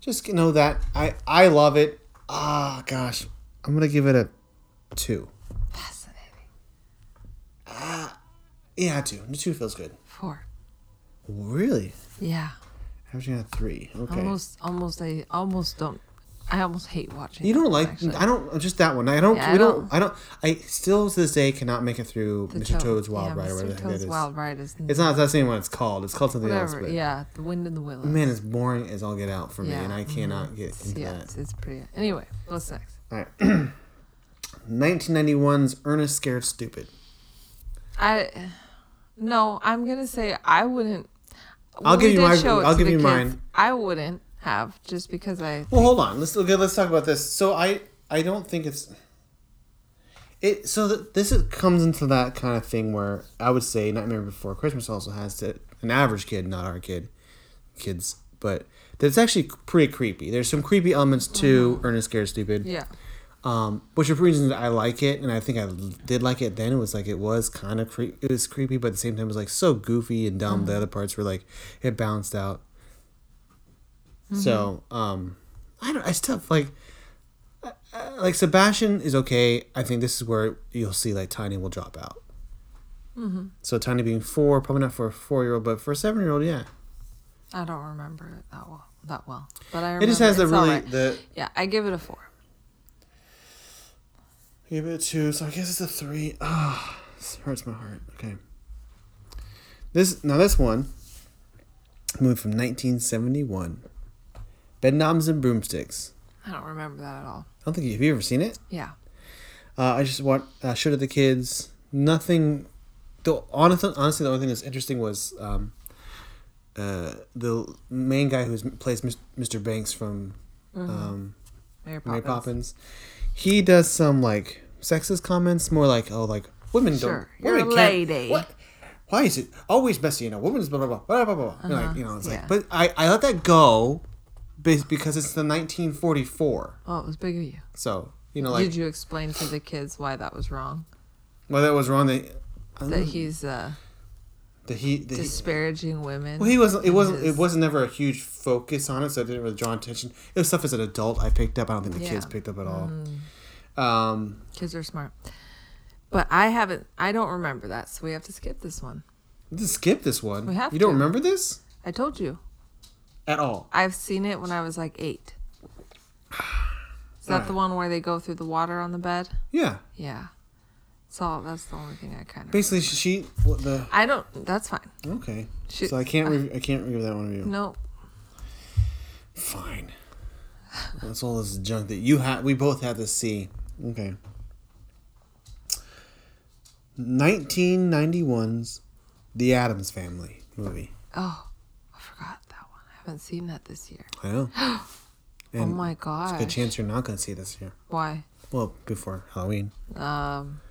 just you know that I I love it. Ah, gosh, I'm gonna give it a two.
Fascinating.
Yeah, a two. A Two feels good.
Four.
Really,
Yeah.
I actually got a three. Okay.
Almost. Almost. I almost don't. I almost hate watching.
You don't
those,
like
actually.
I don't just that one. I don't
Yeah,
we
I
don't, I don't I still to this day cannot make it through Mr. Toad's Wild
yeah,
Ride or
Mr.
whatever the heck
Toad's
that is.
Wild Ride is.
It's not that's the same what it's called. It's called something else,
whatever.
but
Yeah. The Wind in the Willow.
man, it's boring as all get out for me
Yeah, Mm-hmm.
and I cannot get into
yeah.
that.
It's, it's pretty. Anyway, what's next?
Alright. 1991's Ernest Scared Stupid.
I. No, I'm gonna say I wouldn't.
I'll
we
give you
did
my-
show it
I'll
to
give
the
you
kids,
mine.
I wouldn't have just because I.
Well, hold on. Let's okay, let's talk about this. So I I don't think it's it. So th- this is, comes into that kind of thing where I would say Nightmare Before Christmas also has to an average kid, not our kid, kids, but that's actually pretty creepy. There's some creepy elements to
Uh-huh.
Ernest Scared Stupid.
Yeah.
Um, which are reasons I like it, and I think I l- did like it then. It was like it was kind of creepy. It was creepy, but at the same time, it was like so goofy and dumb.
Mm-hmm.
The other parts were like it balanced out.
Mm-hmm.
So um, I don't. I still like I- I- like Sebastian is okay. I think this is where you'll see like Tiny will drop out.
Mm-hmm.
So Tiny being four, probably not for a four year old, but for a seven year old, yeah.
I don't remember it that well. That well, but I remember
It just has the
it's all
really
right.
the
Yeah, I give it a four.
Give it a two, so I guess it's a three. Ah, this hurts my heart. Okay. This now this one, movie from 1971, Bedknobs and Broomsticks.
I don't remember that at all.
I don't think you have you ever seen it.
Yeah.
Uh, I just watched, uh, showed it to the kids. Nothing. The honest, honestly, the only thing that's interesting was um, uh, the main guy who plays Mis- Mr. Banks from um,
Mary Poppins.
Mary Poppins. He does some like sexist comments, more like oh like women
Sure,
don't.
you're
women
a
can't-
lady.
What? Why is it always messy in a woman's blah blah blah blah blah blah? blah. And, Like you know, it's
Uh-huh. yeah.
like but I I let that go, be- because it's the 1944.
Oh, it was big of you.
So You know, like
Did you explain to the kids why that was wrong?
whether it was wrong that Mm-hmm.
That he's uh,
that he that he-
disparaging women.
Well, he wasn't. It
and
wasn't.
his-
It wasn't never a huge focus on it, so it didn't really draw attention. It was stuff as an adult I picked up. I don't think the
Yeah. Mm.
kids picked up at all. Um,
Kids are smart. But I haven't. I don't remember that, so we have to skip this one.
just skip this one.
We have
you don't
to.
remember this
I told you.
at all.
I've seen it when I was like eight. Is that the one where they go through the water on the bed?
Yeah.
Yeah. So that's the only thing I kind of.
Basically, she. she what the
I don't. That's fine.
okay.
She-
so I can't. Re- I can't review that one of you.
No.
Fine. That's all this junk that you have. We both had to see. Okay. 1991's The Adams Family movie.
Oh, I forgot that one. I haven't seen that this year.
I know.
oh
And
my
It's a good
god.
chance you're not going to see this year.
Why?
Well, before Halloween.
Um. Hmm.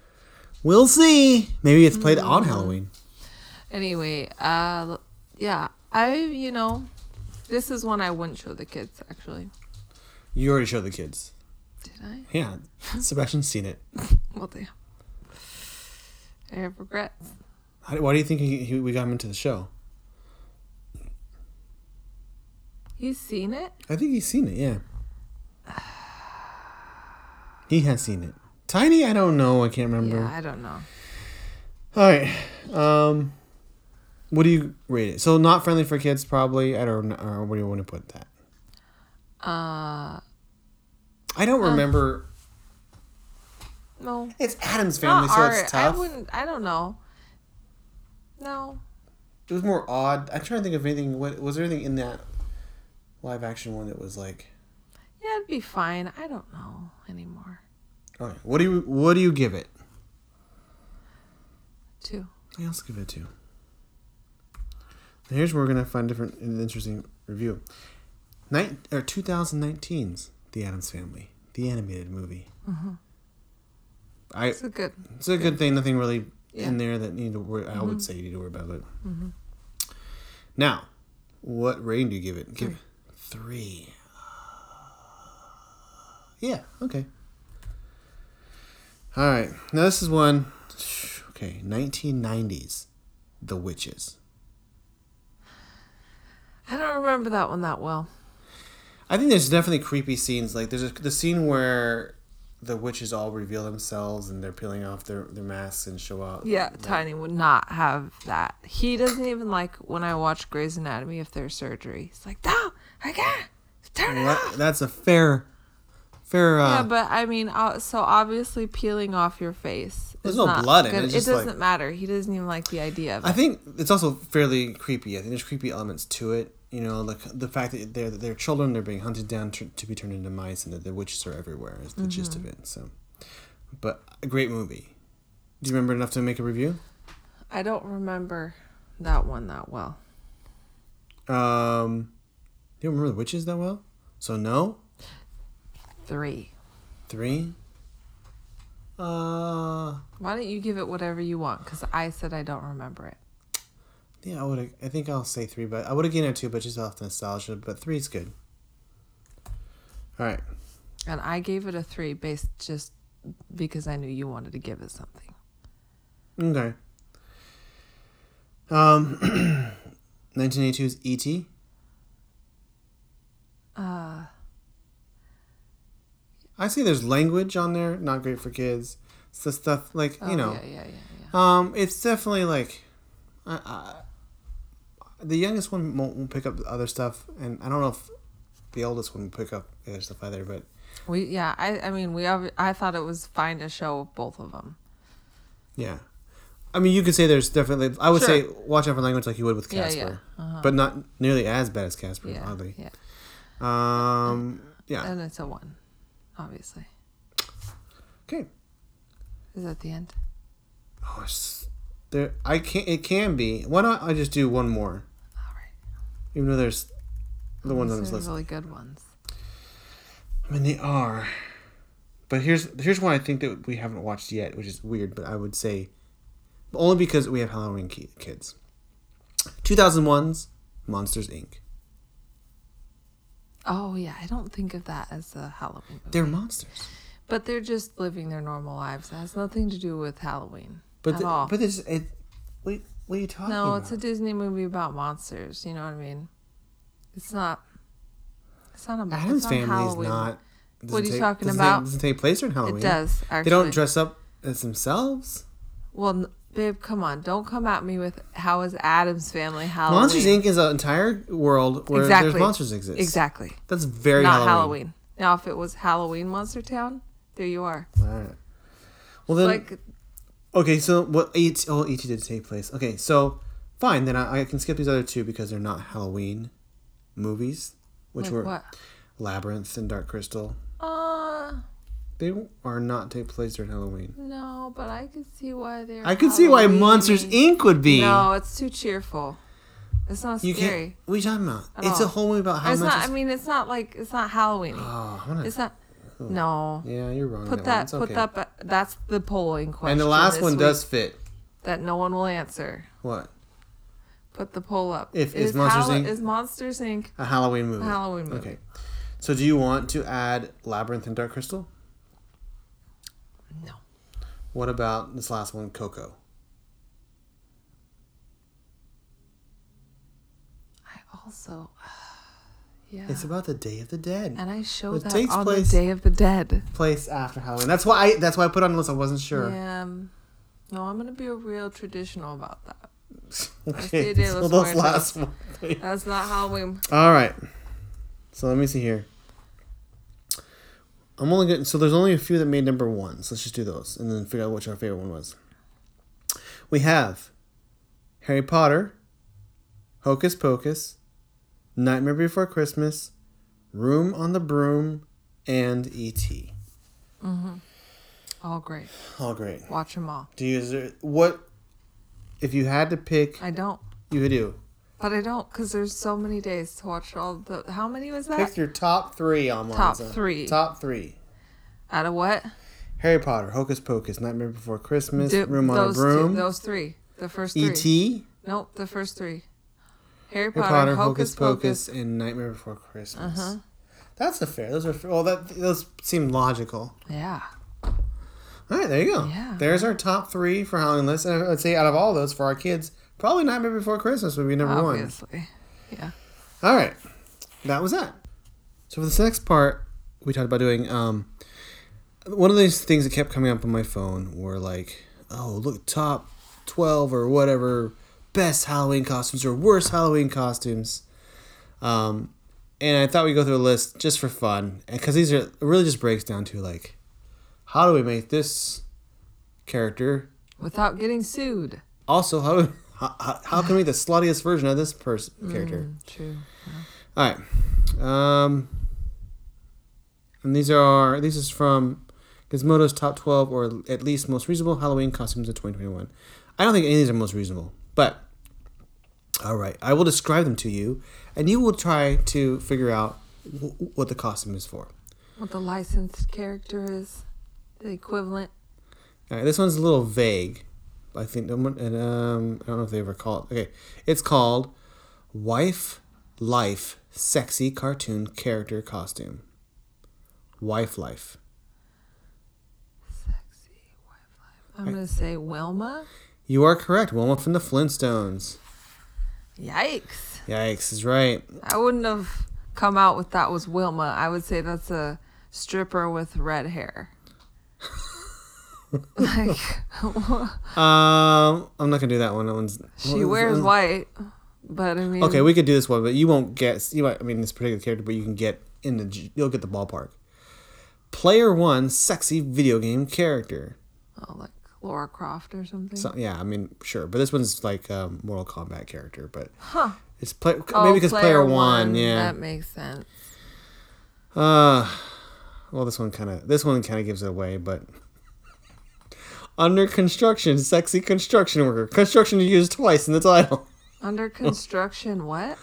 We'll see. Maybe it's played on Halloween.
Anyway. Uh. Yeah. I. You know. This is one I wouldn't show the kids. Actually.
You already showed the kids.
Did I?
Yeah, Sebastian's seen it.
Well, damn. I have regrets.
How- Why do you think he, he, we got him into the show?
You seen it?
I think he's seen it. Yeah, he has seen it. Tiny, I don't know. I can't remember.
Yeah, I don't know.
All right. Um, what do you rate it? So not friendly for kids, probably. I don't. know. Or what do you want to put that?
Uh,
I don't remember.
no.
It's Adam's
Not
family, so
our-
it's tough.
I wouldn't. I don't know. No.
it was more odd. I'm trying to think of anything. What was there anything in that live action one that was like?
Yeah, it'd be fine. I don't know anymore.
All right, what do you what do you give it?
Two.
I also give it a two. Here's where we're gonna find different and interesting review. Nine or 2019's The Adams Family, the animated movie. I
It's a good.
it's a good thing. Nothing really
Yeah. Mm-hmm.
in there that you need to worry. I would say you need to worry about it. Now, what rating do you give it? Give it three. Yeah. Okay. All right. Now this is one. Okay, 1990s, The Witches.
I don't remember that one that well.
I think there's definitely creepy scenes. Like there's a, the scene where the witches all reveal themselves and they're peeling off their, their masks and show out.
Yeah, Tiny would not have that. He doesn't even like when I watch Grey's Anatomy if there's surgery. He's like, no, I can't. Turn it off.
Well, that's a fair, fair. Uh,
Yeah, but I mean, uh, so obviously peeling off your face.
There's
is
no
not
blood in it,
gonna-
it's
It
just like-
doesn't matter. He doesn't even like the idea of
I
it.
think it's also fairly creepy. I think there's creepy elements to it. You know, like the fact that they're they're children, they're being hunted down to, to be turned into mice, and that the witches are everywhere is the gist of it. So, but a great movie. Do you remember enough to make a review?
I don't remember that one that well.
Um, you don't remember the witches that well, so no
Three.
three. Uh,
Why don't you give it whatever you want? Because I said I don't remember it.
yeah, I would. I think I'll say three, but I would have given it two, but just off nostalgia. But three's good. All right.
And I gave it a three based just because I knew you wanted to give it something.
Okay. Um, 1982's E.T.
Uh,
I see there's language on there, not great for kids. It's the stuff like
oh,
you know,
Yeah, yeah, yeah, yeah.
um, it's definitely like, I, I, the youngest one won't, won't pick up the other stuff, and I don't know if the oldest one will pick up the other stuff either. But
We, yeah, I, I mean, we, obvi- I thought it was fine to show both of them.
yeah, I mean you could say there's definitely. I would
Sure.
say watch out for language like you would with
Yeah,
Casper,
yeah. Uh-huh.
but not nearly as bad as Casper,
Yeah,
oddly.
yeah. Uh,
Um, yeah.
And it's a one, obviously.
Okay.
Is that the end?
Oh, s- there. I can't. It can be. Why not? I just do one more,
All right.
even though there's the ones on
These
this
are
list.
really good ones.
I mean, they are. But here's here's one I think that we haven't watched yet, which is weird. But I would say, only because we have Halloween ki- kids. 2001's Monsters Inc.
Oh yeah, I don't think of that as a Halloween movie.
They're monsters.
But they're just living their normal lives. It has nothing to do with Halloween
But
at
the,
all.
but it's it. What, what are you talking
no,
about?
it's a Disney movie about monsters. You know what I mean? It's not. It's not a.
Adam's
it's not
family
Halloween.
is not.
What are
doesn't
you
take-
talking
doesn't
about?
Take, doesn't take place during Halloween.
It does actually.
They don't dress up as themselves.
Well, n- babe, come on! Don't come at me with how is Adam's family Halloween?
Monsters Inc. is an entire world where
Exactly.
there's monsters exist.
Exactly.
That's very
not
Halloween.
Halloween. Now, if it was Halloween Monster Town, there you are.
All right. Well then,
like
okay. So what? Each oh, each did take place. Okay, so fine. Then I, I can skip these other two because they're not Halloween movies, which
Like
were
what?
Labyrinth and Dark Crystal.
Uh,
They are not take place during Halloween.
no, but I could see why they're.
I could see why
Halloween-y.
Monsters Inc. would be.
No, it's too cheerful. It's not
you can't.
scary.
What are you talking about?
At
It's a
all.
whole movie about how
It's
much.
not. I
it's-
mean, it's not like it's not Halloween.
oh, I wanna-
It's not. No.
yeah, you're wrong.
Put
one.
that.
It's
Put
okay.
that. ba- That's the polling question.
And the last
this
one
week
does fit.
That no one will answer.
What?
Put the poll up.
If- is Monsters, Inc.
Is Monsters Inc.
A Halloween movie.
a Halloween movie?
Okay. So do you want to add Labyrinth and Dark Crystal?
No.
What about this last one, Coco?
I also. Yeah.
It's about the Day of the Dead.
Uh, and I show
it
that
takes
on
place-
the Day of the Dead.
Place after Halloween. That's why I that's why I put on the list. I wasn't sure.
Yeah. um, No, I'm gonna be a real traditional about that.
okay.
the Day of
So
the
those
Squares.
last one.
That's not Halloween.
All right. So let me see here. I'm only getting so there's only a few that made number one. So let's just do those and then figure out which our favorite one was. We have Harry Potter, Hocus Pocus, Nightmare Before Christmas, Room on the Broom, and E E.T.
All Oh, great.
All Oh, great.
Watch them all.
Do you is there, what if you had to pick
I don't,
you would do?
but I don't because there's so many days to watch all the. How many was that?
Pick your top three online.
Top
so-
three.
Top three.
Out of what?
Harry Potter, Hocus Pocus, Nightmare Before Christmas,
Do-
Room on a
those
Broom,
Two, those three. The first three.
E.T.,
Nope. The first three. Harry
Harry
Potter,
Potter,
Hocus, Pocus. Uh-huh.
and Nightmare Before Christmas. That's a fair. Those are fair. well. That those seem logical.
Yeah.
All right, there you go.
Yeah.
There's our top three for Halloween list, and I'd say out of all those for our kids, probably Nightmare Before Christmas would be number one.
Obviously. Yeah.
All right, that was that. So for this next part, we talked about doing. Um, one of these things that kept coming up on my phone were like, "Oh, look, top twelve or whatever, best Halloween costumes or worst Halloween costumes." Um, and I thought we'd go through a list just for fun, because these are it really just breaks down to like, how do we make this character
Without getting sued.
also how do how, how- how can we make the sluttiest version of this person character?
True.
All right. Um, and these are this is from Gizmodo's top twelve or at least most reasonable Halloween costumes of twenty twenty one. I don't think any of these are most reasonable, but all right, I will describe them to you, and you will try to figure out w- what the costume is for.
What the licensed character is, the equivalent.
All right, this one's a little vague. I think, and um, I don't know if they ever call it. Okay, it's called "Wife Life Sexy Cartoon Character Costume." Wife Life.
Sexy wife life. I'm gonna say Wilma.
You are correct. Wilma from the Flintstones.
Yikes.
Yikes is right.
I wouldn't have come out with that was Wilma. I would say that's a stripper with red hair. like
Um, I'm not gonna do that one. That one's
she wears white, but I mean,
Okay, we could do this one, but you won't guess. You, might, I mean, this particular character, but you can get in the. g- You'll get the ballpark. Player one, sexy video game character.
oh, like Laura Croft or something.
So, yeah, I mean, sure, but this one's like um, Mortal Kombat character, but
Huh.
it's play, maybe
Oh,
because player, one, yeah.
That makes sense.
Uh, well, this one kind of this one kind of gives it away, but under construction, sexy construction worker. Construction is used twice in the title.
Under construction, what?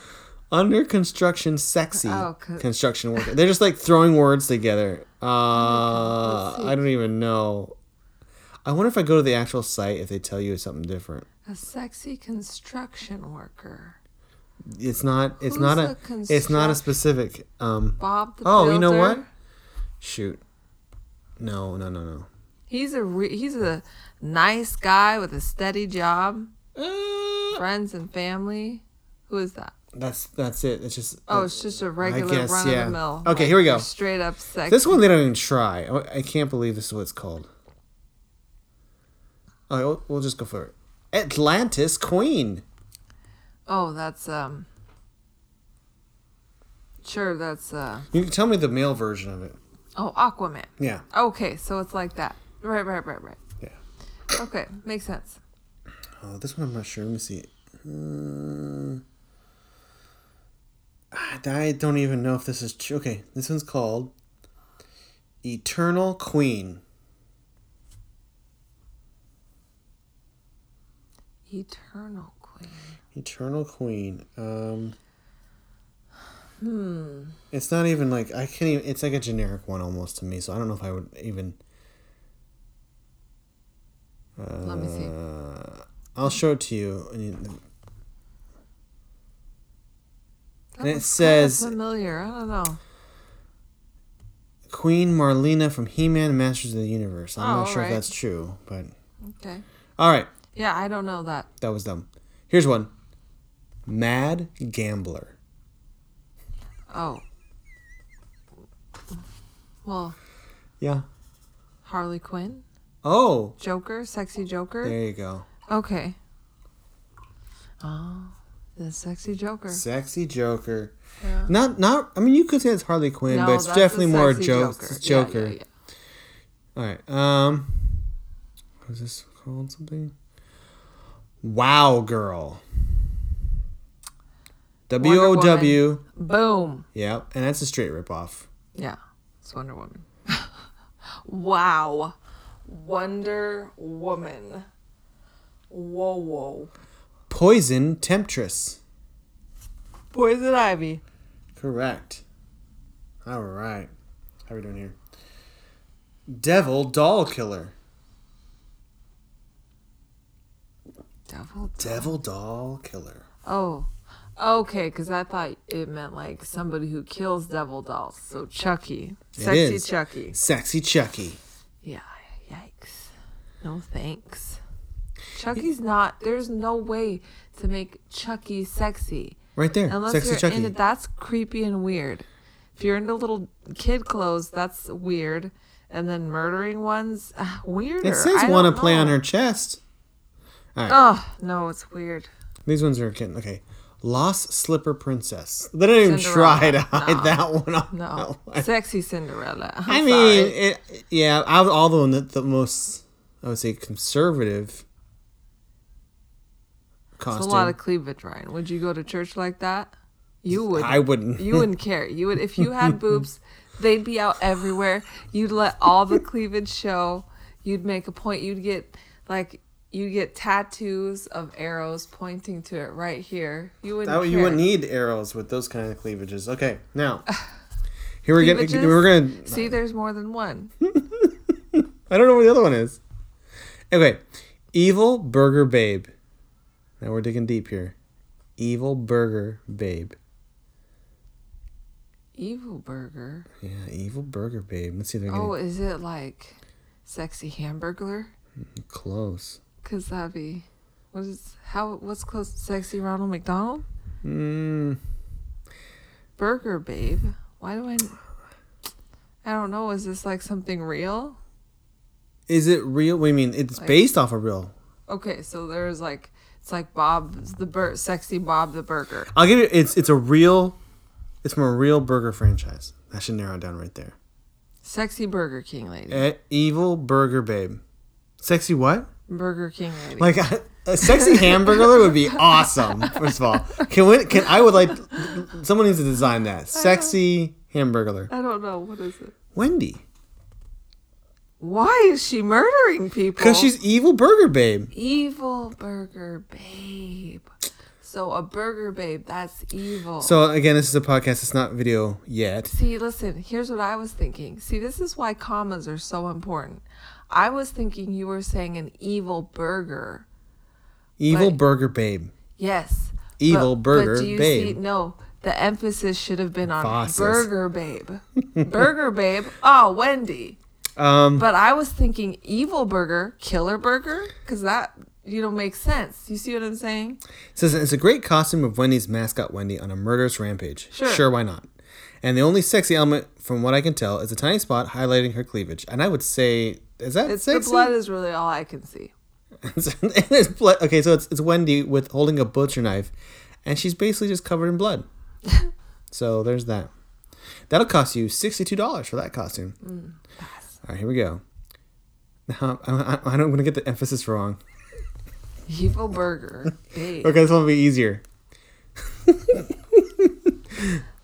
Under construction, sexy
Oh, co-
construction worker. They're just like throwing words together. Uh,
Let's see.
I don't even know. I wonder if I go to the actual site if they tell you it's something different.
A sexy construction worker.
It's not. It's
Who's
not
the
a. It's not a
construct-
specific. Um,
Bob the
Oh, you know
Builder?
what? shoot. No, no, no, no.
He's a re- he's a nice guy with a steady job, Mm. friends and family. Who is that?
That's that's it. It's just
Oh, it's just a regular
guess,
run
yeah.
of the mill.
Okay, here we go.
Straight up sex.
this one they don't even try. Oh, I- I can't believe this is what it's called. All right, we'll, we'll just go for it. Atlantis Queen.
Oh, that's um. Sure, that's uh.
You can tell me the male version of it.
Oh, Aquaman.
Yeah,
Okay, so it's like that. Right, right, right, right.
yeah.
Okay, makes sense.
Oh, this one I'm not sure. Let me see. Uh, I- I don't even know if this is true. Okay, this one's called Eternal Queen.
Eternal Queen.
Eternal Queen. Um, hmm. It's not even like I can't even. It's like a generic one almost to me. So I don't know if I would even.
Let me see.
Uh, I'll show it to you. And you-
That
and it
was kinda
says-
familiar. I don't know.
Queen Marlena from He-Man Masters of the Universe. I'm
Oh,
not sure
alright.
if that's true, but
Okay.
all right.
Yeah, I don't know that.
That was dumb. Here's one. Mad Gambler.
Oh. Well,
Yeah.
Harley Quinn,
Oh,
Joker, sexy Joker.
there you go.
Okay. Oh, the sexy Joker.
Sexy Joker.
Yeah.
Not not I mean you could say it's Harley Quinn, but it's
that's
definitely
the
more a
sexy
joke. It's
Yeah, yeah,
Joker.
yeah.
All right. Um what is this called something? Wow Girl. W O W.
Boom.
Yeah, and that's a straight ripoff.
Yeah, it's Wonder Woman. wow. Wonder Woman. Whoa, whoa.
Poison Temptress.
Poison Ivy.
Correct. All right. How are we doing here? Devil Doll Killer.
Devil.
Devil Doll Killer.
Oh, okay, because I thought it meant like somebody who kills devil dolls. So Chucky. Sexy
is.
Chucky.
Sexy Chucky.
Yeah, yikes. No thanks. Chucky's not, there's no way to make Chucky sexy.
Right there.
Unless
Sexy
you're
Chucky.
into that's creepy and weird. If you're into little kid clothes, that's weird. And then murdering ones, uh, weirder.
it says
I
want to
don't
play on
know.
her chest.
Oh no, it's weird.
These ones are kidding. Okay. Lost Slipper Princess. They didn't even
Cinderella.
try to hide
No.
that one. off
No,
that one.
sexy Cinderella. I'm
Oh, I mean,
sorry.
it, yeah, I was all the one that the most, I would say, conservative
it's
costume.
a lot of cleavage, Ryan. Would you go to church like that? You would.
I wouldn't.
You wouldn't care. You would if you had boobs, they'd be out everywhere. You'd let all the cleavage show. You'd make a point. You'd get like you'd get tattoos of arrows pointing to it right here. You wouldn't.
That,
care.
you wouldn't need arrows with those kind of cleavages. Okay, now here we're gonna
Cleavages?
we're gonna.
see. There's more than one.
I don't know what the other one is. Okay, evil burger babe. Now we're digging deep here. Evil burger babe.
Evil burger.
Yeah, evil burger babe. Let's see if they're getting
Oh, is it like sexy hamburglar?
close.
Cause that'd be what is how what's close to sexy Ronald McDonald?
Mm,
Burger Babe. Why do I? I don't know. Is this like something real?
is it real? What do you mean? It's
Like-
based off of real.
Okay, so there's like it's like Bob the bur- sexy Bob the Burger.
I'll give you. It's it's a real. It's from a real burger franchise. That should narrow it down right there.
Sexy Burger King lady.
Eh, evil burger babe. Sexy what?
Burger King lady.
Like a, a sexy hamburger would be awesome. First of all, can we, can I would like someone needs to design that sexy hamburger.
I don't know what is it.
Wendy,
Why is she murdering people?
because she's evil burger babe.
evil Burger Babe. So a Burger Babe, that's evil.
So again, this is a podcast. It's not video yet.
See, listen, here's what I was thinking. See, this is why commas are so important. I was thinking you were saying an evil burger.
Evil
Right.
burger babe.
Yes.
Evil burger babe.
no, the emphasis should have been on
Bosses.
burger babe. burger babe. Oh, Wendy.
Um,
But I was thinking evil burger, killer burger, because that you know makes sense. You see what I'm saying?
It says it's a great costume of Wendy's mascot Wendy on a murderous rampage.
Sure.
why not? And the only sexy element, from what I can tell, is a tiny spot highlighting her cleavage. And I would say, is that
It's
sexy?
the blood is really all I can see.
It is blood. Okay, so it's it's Wendy with holding a butcher knife, and she's basically just covered in blood. so there's that. That'll cost you sixty two dollars for that costume.
Mm,
All right, here we go. Now I, I, I don't want to get the emphasis wrong.
Evil burger, big,
Okay, this one will be easier.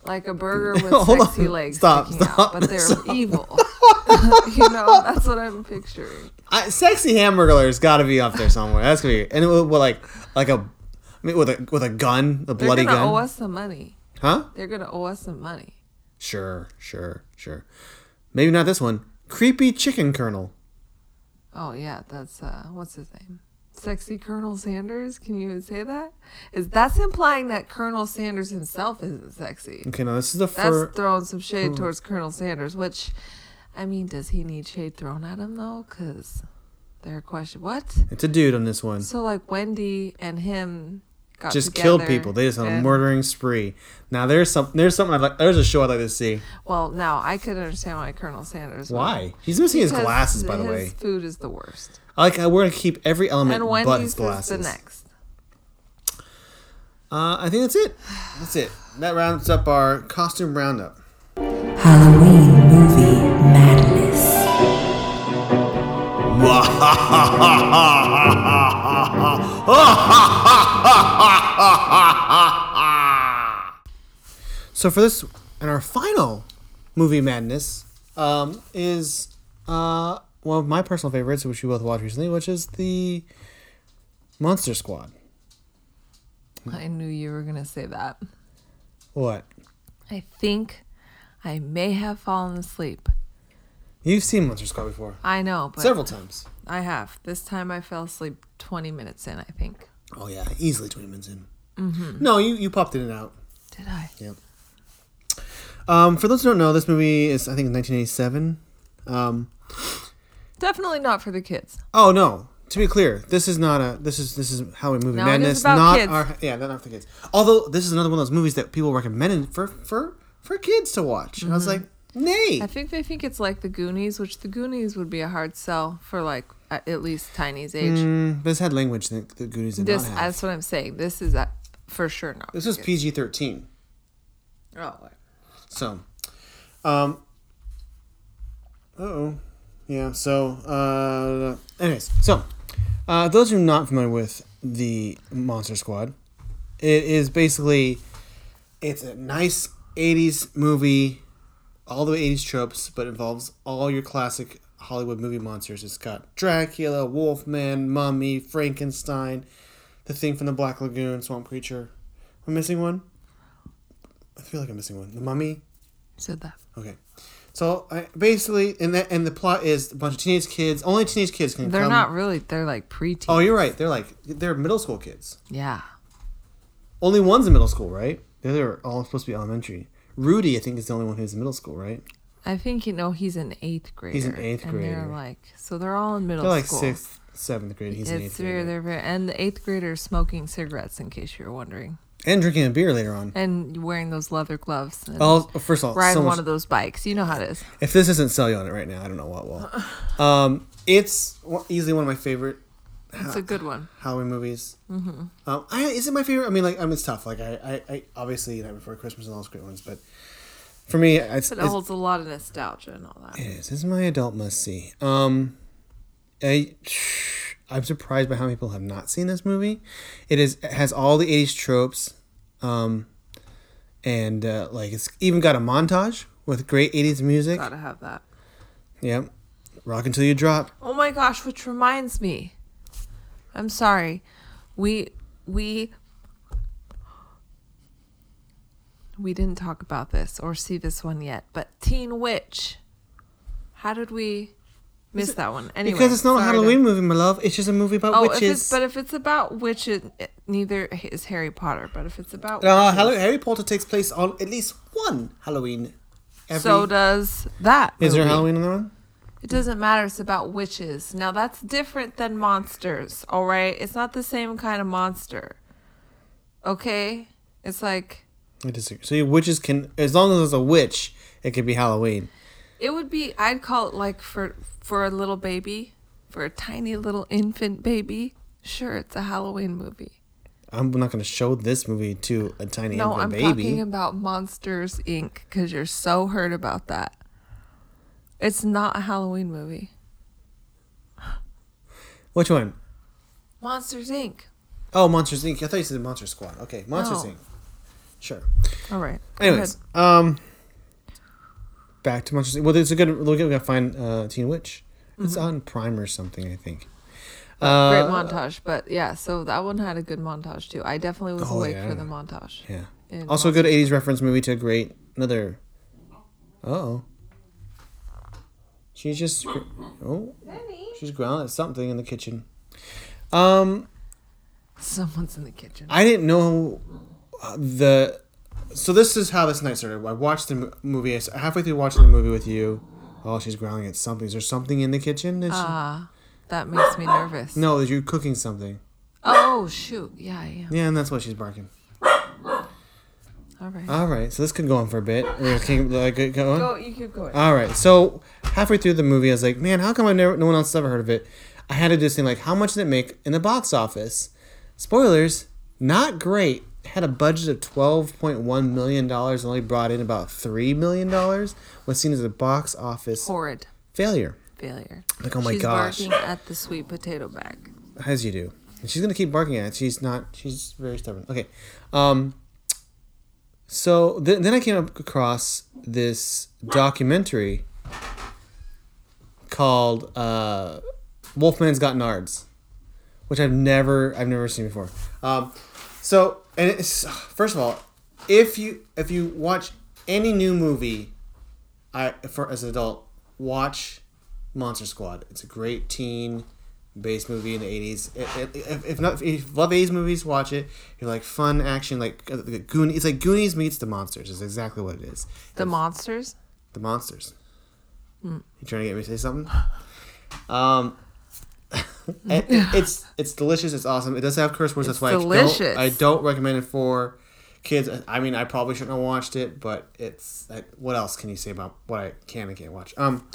like a burger with
Hold on.
sexy legs
Stop,
sticking
stop,
out, but they're evil. you know, that's what I'm picturing.
I, sexy hamburger's got to be up there somewhere. That's gonna be and it will, will like like a I mean, with a with a gun, a
They're
bloody
gonna
gun,
owe us some money.
huh?
They're gonna owe us some money.
Sure, sure, sure. Maybe not this one. Creepy chicken kernel.
Oh yeah, that's uh what's his name? Sexy Colonel Sanders? Can you even say that? Is that's implying that Colonel Sanders himself isn't sexy.
Okay, now this is the
That's
first.
throwing some shade towards Colonel Sanders, which I mean, does he need shade thrown at him though? Cuz they're question what?
It's a dude on this one.
So like Wendy and him got
just
together
killed people. They just on a
and-
murdering spree. Now there's some there's something I'd like there's a show I'd like to see.
Well, now I could understand why Colonel Sanders would.
Why? He's missing his
Because
glasses, by the
his
way.
Food is the worst.
I like I- we're gonna keep every element
And
but his
Wendy's is
glasses.
the next.
Uh, I think that's it. That's it. That rounds up our costume roundup.
Halloween movie madness.
So for this and our final movie madness um, is uh, one of my personal favorites, which we both watched recently, which is the Monster Squad.
I knew you were going to say that.
What?
I think I may have fallen asleep.
You've seen Monster Squad before.
I know, but
Several times.
I have. This time I fell asleep 20 minutes in, I think.
Oh yeah, easily twenty minutes in. No, you, you popped in and out.
Did I?
Um, for those who don't know, this movie is I think nineteen eighty seven. Um,
Definitely not for the kids.
Oh no! To be clear, this is not a this is this is Halloween movie
No, it
madness.
is about
not
kids.
our yeah, not for kids. Although this is another one of those movies that people recommended for for for kids to watch. And I was like, nay.
Mm-hmm. I think they think it's like the Goonies, which the Goonies would be a hard sell for like at at least Tiny's age.
Mm, this had language that the Goonies did
this
not have.
that's what I'm saying. This is a, for sure not.
this was PG thirteen.
oh,
So, um, oh, yeah. So, uh, anyways, so uh, those who are not familiar with the Monster Squad, it is basically it's a nice '80s movie, all the '80s tropes, but involves all your classic Hollywood movie monsters. It's got Dracula, Wolfman, Mummy, Frankenstein, the Thing from the Black Lagoon, Swamp Creature. Am I missing one? I feel like I'm missing one. The Mummy.
said that.
Okay. So I, basically, and that and the plot is a bunch of teenage kids. Only teenage kids can
They're
come.
not really. They're like preteen.
Oh, you're right. They're like they're middle school kids.
yeah.
Only one's in middle school, right? The other are all supposed to be elementary. Rudy, I think, is the only one who's in middle school, right?
I think you know he's an eighth grader.
He's an eighth
And
grader.
they're like so they're all in middle
They're like
school.
sixth, seventh grade. He's in
It's
eighth
very,
grade.
they're very, and the eighth graders smoking cigarettes, in case you're wondering,
And drinking a beer later on.
and wearing those leather gloves. And
Oh, first of all,
riding
so much
one of those bikes. You know how it is.
If this isn't sell you on it right now, I don't know what will. um, it's one- easily one of my favorite
It's a good one.
Halloween movies. Mm-hmm. Um, I, is it my favorite? I mean, like, I mean, it's tough. Like, I, I, I obviously Night Before Christmas and all those great ones, but for me, it's,
But it
it's-
holds a lot of nostalgia and all that.
it is. It's my adult must see. Um, I, I'm surprised by how many people have not seen this movie. It is it has all the '80s tropes, um, and uh, like it's even got a montage with great '80s music.
Gotta have that.
Yep, rock until you drop.
Oh my gosh, which reminds me. I'm sorry. We we we didn't talk about this or see this one yet, but Teen Witch. How did we miss that one? Anyway,
Because it's not a
sorry to-
Halloween movie, my love. It's just a movie about
Oh,
witches.
if it's, but if it's about witches, it- neither is Harry Potter. But if it's about
Uh,
witches,
Harry, Harry Potter takes place on at least one Halloween. Every
so does that.
is there
movie.
Halloween on the run?
It doesn't matter. It's about witches. Now that's different than monsters. All right, it's not the same kind of monster. Okay, it's like
I disagree. So witches can, as long as it's a witch, it could be Halloween.
it would be. I'd call it like for for a little baby, for a tiny little infant baby. Sure, it's a Halloween movie.
I'm not going to show this movie to a tiny
No,
infant
I'm
baby.
talking about Monsters Inc. because you're so hurt about that. It's not a Halloween movie.
Which one?
Monsters Inc.
Oh, Monsters Inc. I thought you said Monster Squad. Okay, Monsters
No.
Inc. Sure.
All right. go
Anyways,
ahead.
um, back to Monsters. Inc. Well, it's a good. We're gonna find uh, Teen Witch.
Mm-hmm.
It's on Prime or something, I think.
great
Uh,
montage. But yeah, so that one had a good montage too. I definitely was
Oh,
awake
yeah.
for the montage.
yeah.
And
Also, a good '80s reference movie to a great another. Uh oh. She's just. Oh. She's growling at something in the kitchen. Um,
Someone's in the kitchen.
I didn't know uh, the. So this is how this night started. I watched the mo- movie. I s- halfway through watching the movie with you. Oh, she's growling at something. Is there something in the kitchen? Is she-
Ah, that makes me nervous.
no, is you cooking something?
Oh shoot! Yeah, I am.
Yeah, and that's why she's barking.
All right.
All right, so this could go on for a bit. Or can like it go on?
Go. You keep going.
All right. So halfway through the movie, I was like, man, how come I never, no one else has ever heard of it? I had to do this thing like, how much did it make in the box office? Spoilers, not great. It had a budget of twelve point one million dollars and only brought in about three million dollars. Was seen as a box office
Horrid
failure.
failure.
Like, oh my
She's
gosh.
barking at the sweet potato bag.
as you do. And she's gonna keep barking at it. She's not. She's very stubborn. Okay. Um. So th- then I came up across this documentary called uh, "Wolfman's Got Nards," which I've never I've never seen before. Um, so and it's first of all, if you if you watch any new movie, I for as an adult watch Monster Squad. It's a great teen based movie in the eighties. If, if not, if you love eighties movies, watch it. You're like fun action, like uh, the Goonies. It's like Goonies meets the monsters. Is exactly what it is.
The monsters.
The monsters.
Hmm.
You trying to get me to say something? Um. and it- it's it's delicious. It's awesome. It does have curse words.
It's
that's why I
delicious.
don't, I don't recommend it for kids. I- I mean, I probably shouldn't have watched it, but it's I, what else can you say about what I can and can't watch? Um,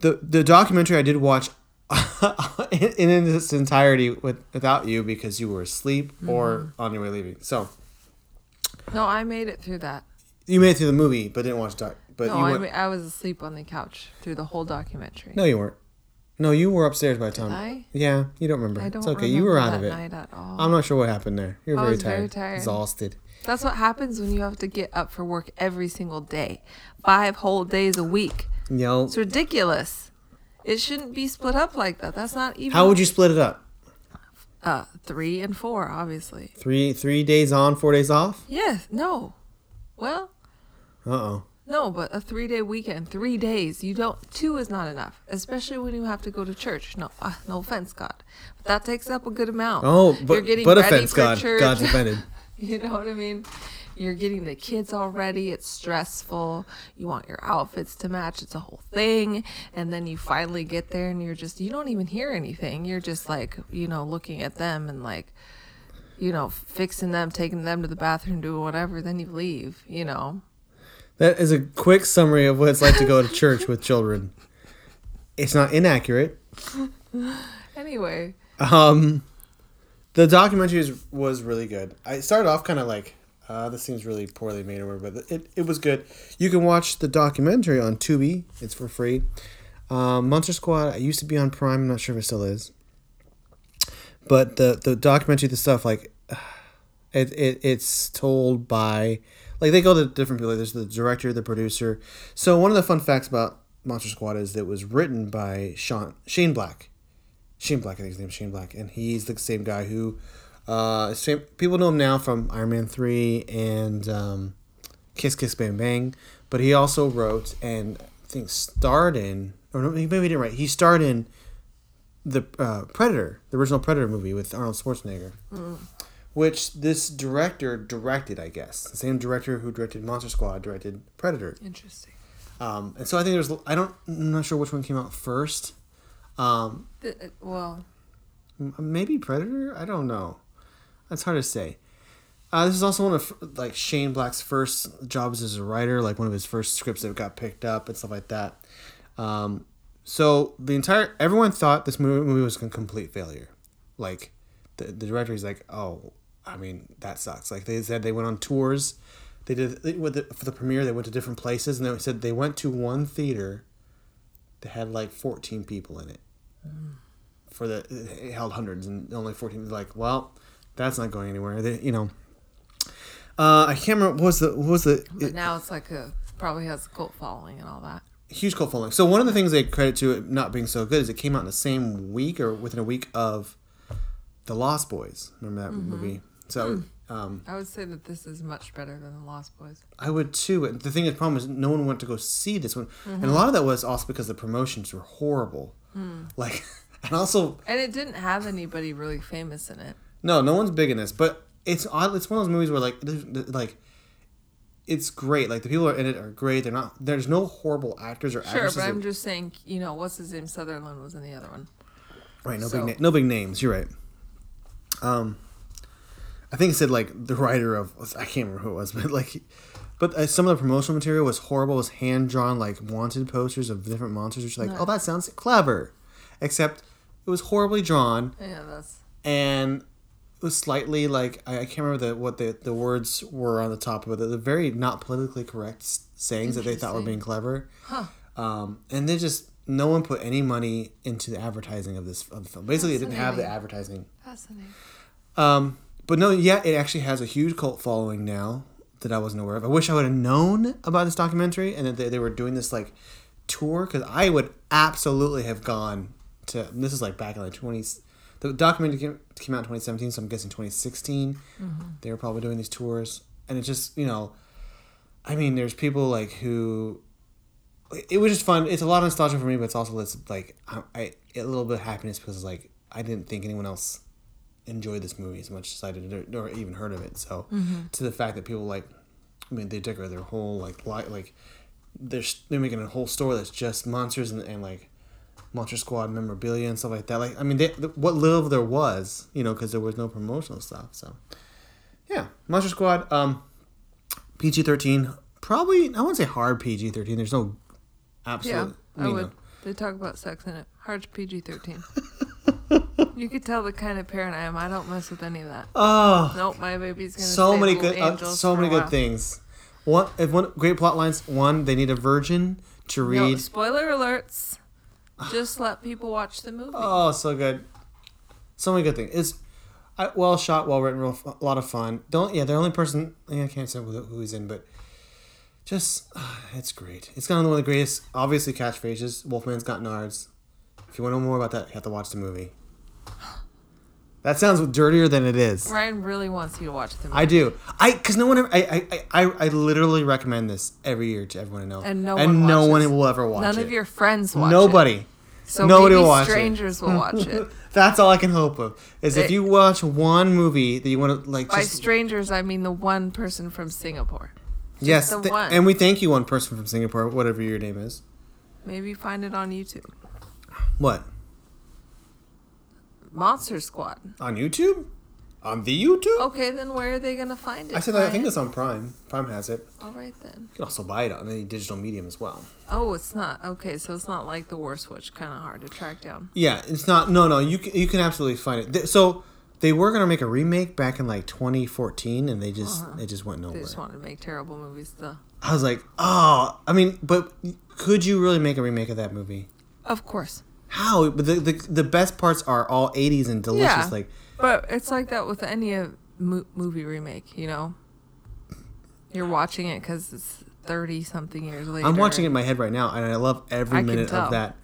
the the documentary I did watch in, in its entirety with, without you because you were asleep or
Mm-hmm.
on your way leaving. So
No, I made it through that.
you made it through the movie, but didn't watch doc. But
No,
you
Oh, I,
went-
ma- I was asleep on the couch through the whole documentary.
No, you weren't. No, you were upstairs by the time.
I?
Yeah, you don't remember.
I don't
it's okay.
remember
you were out
that
of it.
night at all.
I'm not sure what happened there. You're
I
very,
was
tired.
very tired.
exhausted.
That's what happens when you have to get up for work every single day, five whole days a week.
Yell.
It's ridiculous. It shouldn't be split up like that. That's not even.
How would you split it up?
Uh, three and four, obviously.
Three three days on, four days off.
Yes. No. Well,
Uh oh.
no, but a three-day weekend, three days. You don't. Two is not enough, especially when you have to go to church. No, uh, no offense, God, but that takes up a good amount.
Oh, but but offense, God, God's offended.
You know what I mean? You're getting the kids already. It's stressful. You want your outfits to match. It's a whole thing. And then you finally get there and you're just, you don't even hear anything. You're just like, you know, looking at them and like, you know, fixing them, taking them to the bathroom, doing whatever. Then you leave, you know?
That is a quick summary of what it's like to go to church with children. It's not inaccurate.
Anyway,
Um, the documentary is, was really good. I started off kind of like, uh, this seems really poorly made or whatever, but it, it was good. You can watch the documentary on Tubi. It's for free. Um, Monster Squad. I used to be on Prime. I'm not sure if it still is. But the the documentary, the stuff like, it, it it's told by, like they go to different people. Like there's the director, the producer. So one of the fun facts about Monster Squad is that it was written by Sean Shane Black. Shane Black, I think his name is Shane Black, and he's the same guy who, uh, same, people know him now from Iron Man three and um, Kiss Kiss Bang Bang, but he also wrote and I think starred in, or no, maybe he didn't write. He starred in the uh, Predator, the original Predator movie with Arnold Schwarzenegger, which this director directed, I guess. The same director who directed Monster Squad directed Predator.
interesting.
Um, and so I think there's I don't I'm not sure which one came out first. Um,
The, uh, well,
m- maybe Predator. I don't know. That's hard to say. Uh, this is also one of like Shane Black's first jobs as a writer, like one of his first scripts that got picked up and stuff like that. Um, so the entire everyone thought this movie, movie was a complete failure. Like the, the director is like, oh, I mean that sucks. Like they said they went on tours. They did they, with the, for the premiere. They went to different places, and they said they went to one theater that had like fourteen people in it for the it held hundreds and only 14 was like well that's not going anywhere they, you know uh, I can't remember what was the what was the
but now it's like a probably has a cult following and all that.
huge cult following. So one of the things they credit to it not being so good is it came out in the same week or within a week of the Lost Boys. Remember that
Mm-hmm.
movie? So
Hmm.
um,
I would say that this is much better than the Lost Boys.
I would too. And the thing is, the problem is no one went to go see this one, and
Mm-hmm.
a lot of that was also because the promotions were horrible.
Hmm.
Like, and also
And it didn't have anybody really famous in it.
No, no one's big in this, but it's odd. It's one of those movies where like, there's- th- like, it's great. Like the people who are in it are great. They're not. There's no horrible actors or
Sure,
actresses.
but I'm
that-
just saying, you know, what's his name? Sutherland was in the other one.
right. No
so-
big. Na- no big names. You're right. Um, I think it said like the writer of I can't remember who it was, but like, but uh, some of the promotional material was horrible. It was hand drawn like wanted posters of different monsters, which like, oh, that sounds clever, except it was horribly drawn.
Yeah, that's
and it was slightly like I, I can't remember the, what the, the words were on the top of it. The, the very not politically correct s- sayings that they thought were
Interesting.
being clever. Um, and they just no one put any money into the advertising of this of the film. Basically, it didn't have the advertising.
fascinating.
Um, but no, yeah, it actually has a huge cult following now that I wasn't aware of. I wish I would have known about this documentary and that they, they were doing this like tour because I would absolutely have gone to. This is like back in the twenties. The documentary came, came out in 2017, so I'm guessing 2016. They were probably doing these tours, and it just you know, I mean, there's people like who. It was just fun. It's a lot of nostalgia for me, but it's also this like I, I a little bit of happiness because like I didn't think anyone else enjoyed this movie as much as I did or, or even heard of it. So
Mm-hmm.
to the fact that people like, I mean, they decorate their whole like li like they're s- they're making a whole store that's just monsters and, and like Monster Squad memorabilia and stuff like that. Like I mean, they, the, what little there was, you know, because there was no promotional stuff. So yeah, Monster Squad, um, PG thirteen, probably I wouldn't say hard PG thirteen. There's no
Yeah,
absolute.
I
you know.
would. They talk about sex in it. Hard PG thirteen. you could tell the kind of parent I am. I don't mess with any of that.
Oh,
nope, my baby's gonna.
so
stay
many
little
good, uh,
angels
so
for
many
a
good
while.
things. One, if one great plot lines. One, they need a virgin to
No
read.
spoiler alerts. Just let people watch the movie.
Oh, so good. So many good things. It's I, well shot, well written, real, fu- a lot of fun. Don't yeah, the only person yeah, I can't say who, who he's in, but just ah, it's great. It's kind of one of the greatest, obviously catchphrases. Wolfman's got nards. If you want to know more about that, you have to watch the movie. That sounds dirtier than it is.
Ryan really wants you to watch the movie,
I do. I because no one ever. I, I I I literally recommend this every year to everyone I know,
and no
and
one.
no
watches.
one will ever watch
None
it.
of your friends watch it.
Nobody.
So
nobody
maybe
will watch it.
strangers will watch it.
That's all I can hope of is if
They-
you watch one movie that you want to like.
By
Just,
strangers, I mean the one person from Singapore.
yes,
the
th-
one.
and we thank you, one person from Singapore, whatever your name is.
Maybe find it on YouTube.
What
Monster Squad.
on YouTube? On the YouTube?
Okay, then where are they gonna find it?
I said that I think
Ryan?
that's on Prime. Prime has it.
All right then.
You can also buy it on any digital medium as well.
Oh, it's not okay. So it's not like the War Switch, kind of hard to track down.
Yeah, it's not. No, no, you can, you can absolutely find it. Th- So they were gonna make a remake back in like 2014, and they just it just went
Uh-huh. They
nowhere.
just want to make terrible movies, though.
I was like, oh, I mean, but could you really make a remake of that movie?
Of course.
How? But the the, the best parts are all 80s and delicious.
Yeah.
Like,
But it's like that with any uh, mo- movie remake, you know? You're watching it because it's 30 something years later.
I'm watching it in my head right now, and I love every
I can
minute
tell.
of that.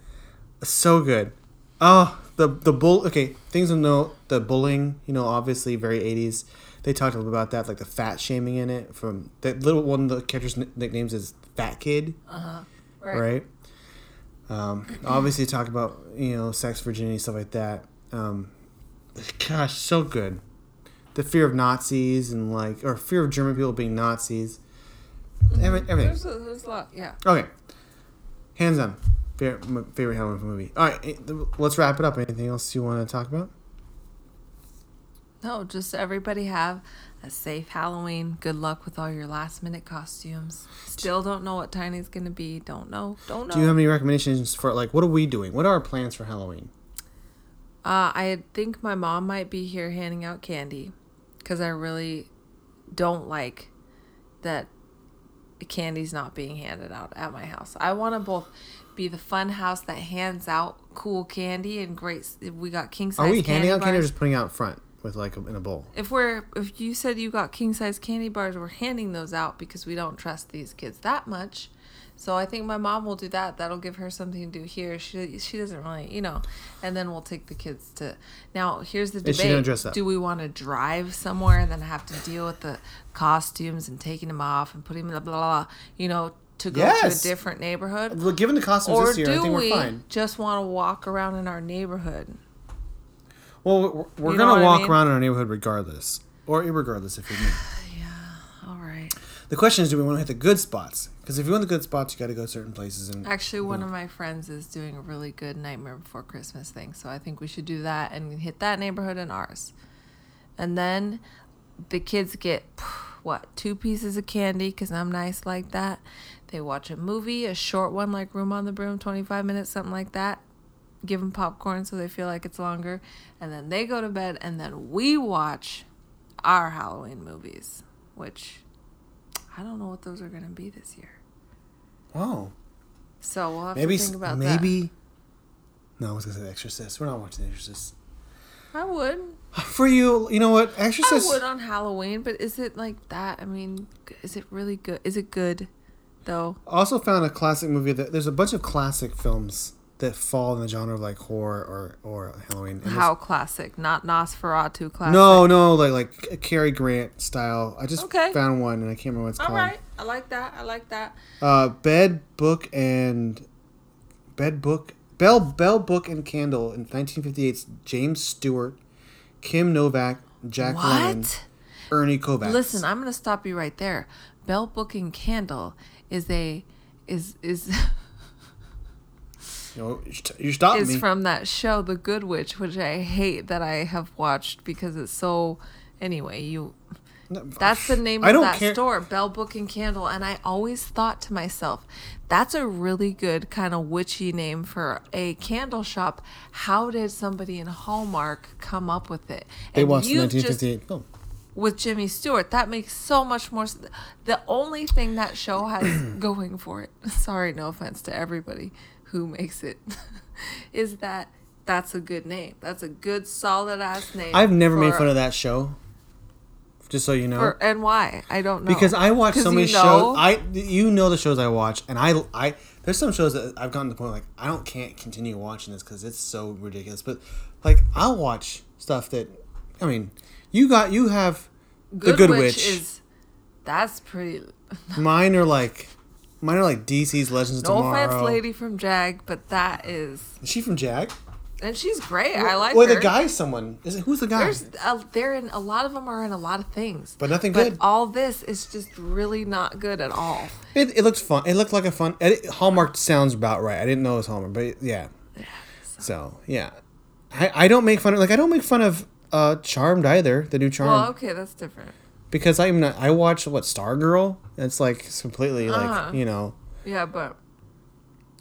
So good. Oh, the the bull. Okay, things to know. The bullying, you know, obviously very '80s. They talked a little about that, like the fat shaming in it. From that little one, of the character's n- nicknames is Fat Kid,
Uh-huh. Right.
right? Um, obviously, talk about you know sex, virginity, stuff like that. Um, gosh, so good. The fear of Nazis and like, or fear of German people being Nazis. Every, everything.
There's a, there's a lot, yeah.
Okay. hands down, favorite, m- favorite Halloween movie. All right, eh, th- let's wrap it up. Anything else you want to talk about?
No, just everybody have a safe Halloween. Good luck with all your last minute costumes. Still don't know what Tiny's gonna be. Don't know. Don't know.
Do you have any recommendations for like what are we doing? What are our plans for Halloween?
Uh, I think my mom might be here handing out candy because I really don't like that candy's not being handed out at my house. I want to both be the fun house that hands out cool candy and great. s- We got king size.
Are we handing out candy or
bars.
just putting out front with like in a bowl?
If we're if you said you got king size candy bars, we're handing those out because we don't trust these kids that much. So I think my mom will do that. That'll give her something to do here. She she doesn't really, you know. And then we'll take the kids to. Now here's the debate:
she gonna dress up?
Do we want to drive somewhere and then have to deal with the costumes and taking them off and putting them blah blah blah? You know, to go
Yes.
to a different neighborhood.
Well, given the costumes
Or
this year, I
do
think
we
we're fine.
just want to walk around in our neighborhood?
Well, we're, we're
You know
gonna
what I
walk
mean?
around in our neighborhood regardless, or irregardless if you're me.
All right.
The question is, do we want to hit the good spots? Because if you want the good spots, you got to go certain places. And
Actually, one of my friends is doing a really good Nightmare Before Christmas thing, so I think we should do that and hit that neighborhood and ours. And then the kids get what two pieces of candy because I'm nice like that. They watch a movie, a short one like Room on the Broom, 25 minutes, something like that. Give them popcorn so they feel like it's longer, and then they go to bed, and then we watch our Halloween movies, which I don't know what those are gonna be this year.
oh,
So we'll have
maybe
to
s-
think about that.
maybe. No, I was gonna say The Exorcist. We're not watching The Exorcist.
I would.
For you, you know what?
I
Exorcist.
would on Halloween, but is it like that? I mean, g- is it really good? Is it good, though?
also found a classic movie that there's a bunch of classic films that fall in the genre of like horror or or Halloween. And
How classic, not Nosferatu classic.
No, no, like like Cary Grant style. I just
Okay.
found one and I can't remember what it's
All
called.
right, I like that. I like that.
Uh, bed, book, and bed, book, bell, bell, book, and candle in 1958's James Stewart, Kim Novak, Jack Lemmon,
What?
Ernie Kovacs.
Listen, I'm gonna stop you right there. Bell Book and Candle is a is is
you, know, you stopped
is
me.
from that show The Good Witch, which I hate that I have watched because it's so. Anyway, you That's the name
I
of
don't
that
care-
store, Bell Book and Candle. And I always thought to myself, that's a really good kind of witchy name for a candle shop. How did somebody in Hallmark come up with it?
they watched the
you've just-
1958 film.
with Jimmy Stewart. That makes so much more. s- The only thing that show has going for it, sorry, no offense to everybody who makes it, is that that's a good name. That's a good, solid ass name.
I've never made
for-
fun of that show. Just so you know.
for- and why? I don't know.
because I watch
'Cause
so many
you know-
shows. I you know the shows I watch, and I I there's some shows that I've gotten to the point like I don't can't continue watching this because it's so ridiculous. But like I'll watch stuff that I mean, you got you have the Good Witch.
is that's pretty.
mine are like mine are like DC's Legends of
No
Tomorrow.
offense, lady from Jag, but that is,
Is she from Jag?
and she's great. I like
Or
her.
the guy's someone. Is it, who's the guy?
There's a, they're in a lot of them are in a lot of things,
But nothing good.
all this is just really not good at all.
It, it looks fun. It looked like a fun. It, Hallmark sounds about right. I didn't know it was Hallmark, but it- yeah. So yeah, I, I don't make fun of like I don't make fun of uh Charmed either. The new Charmed
Well, okay, that's different.
because I'm not. I watch what Stargirl. It's like it's completely like you know
Yeah, but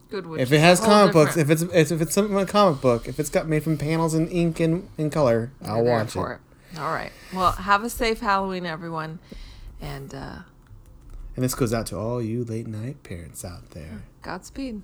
Good Witch.
if it has comic books, if it's if, if it's something like a comic book, if it's got made from panels and ink and, and color, I'll watch it.
it. All right. Well, have a safe Halloween, everyone, and uh,
And this goes out to all you late night parents out there.
Godspeed.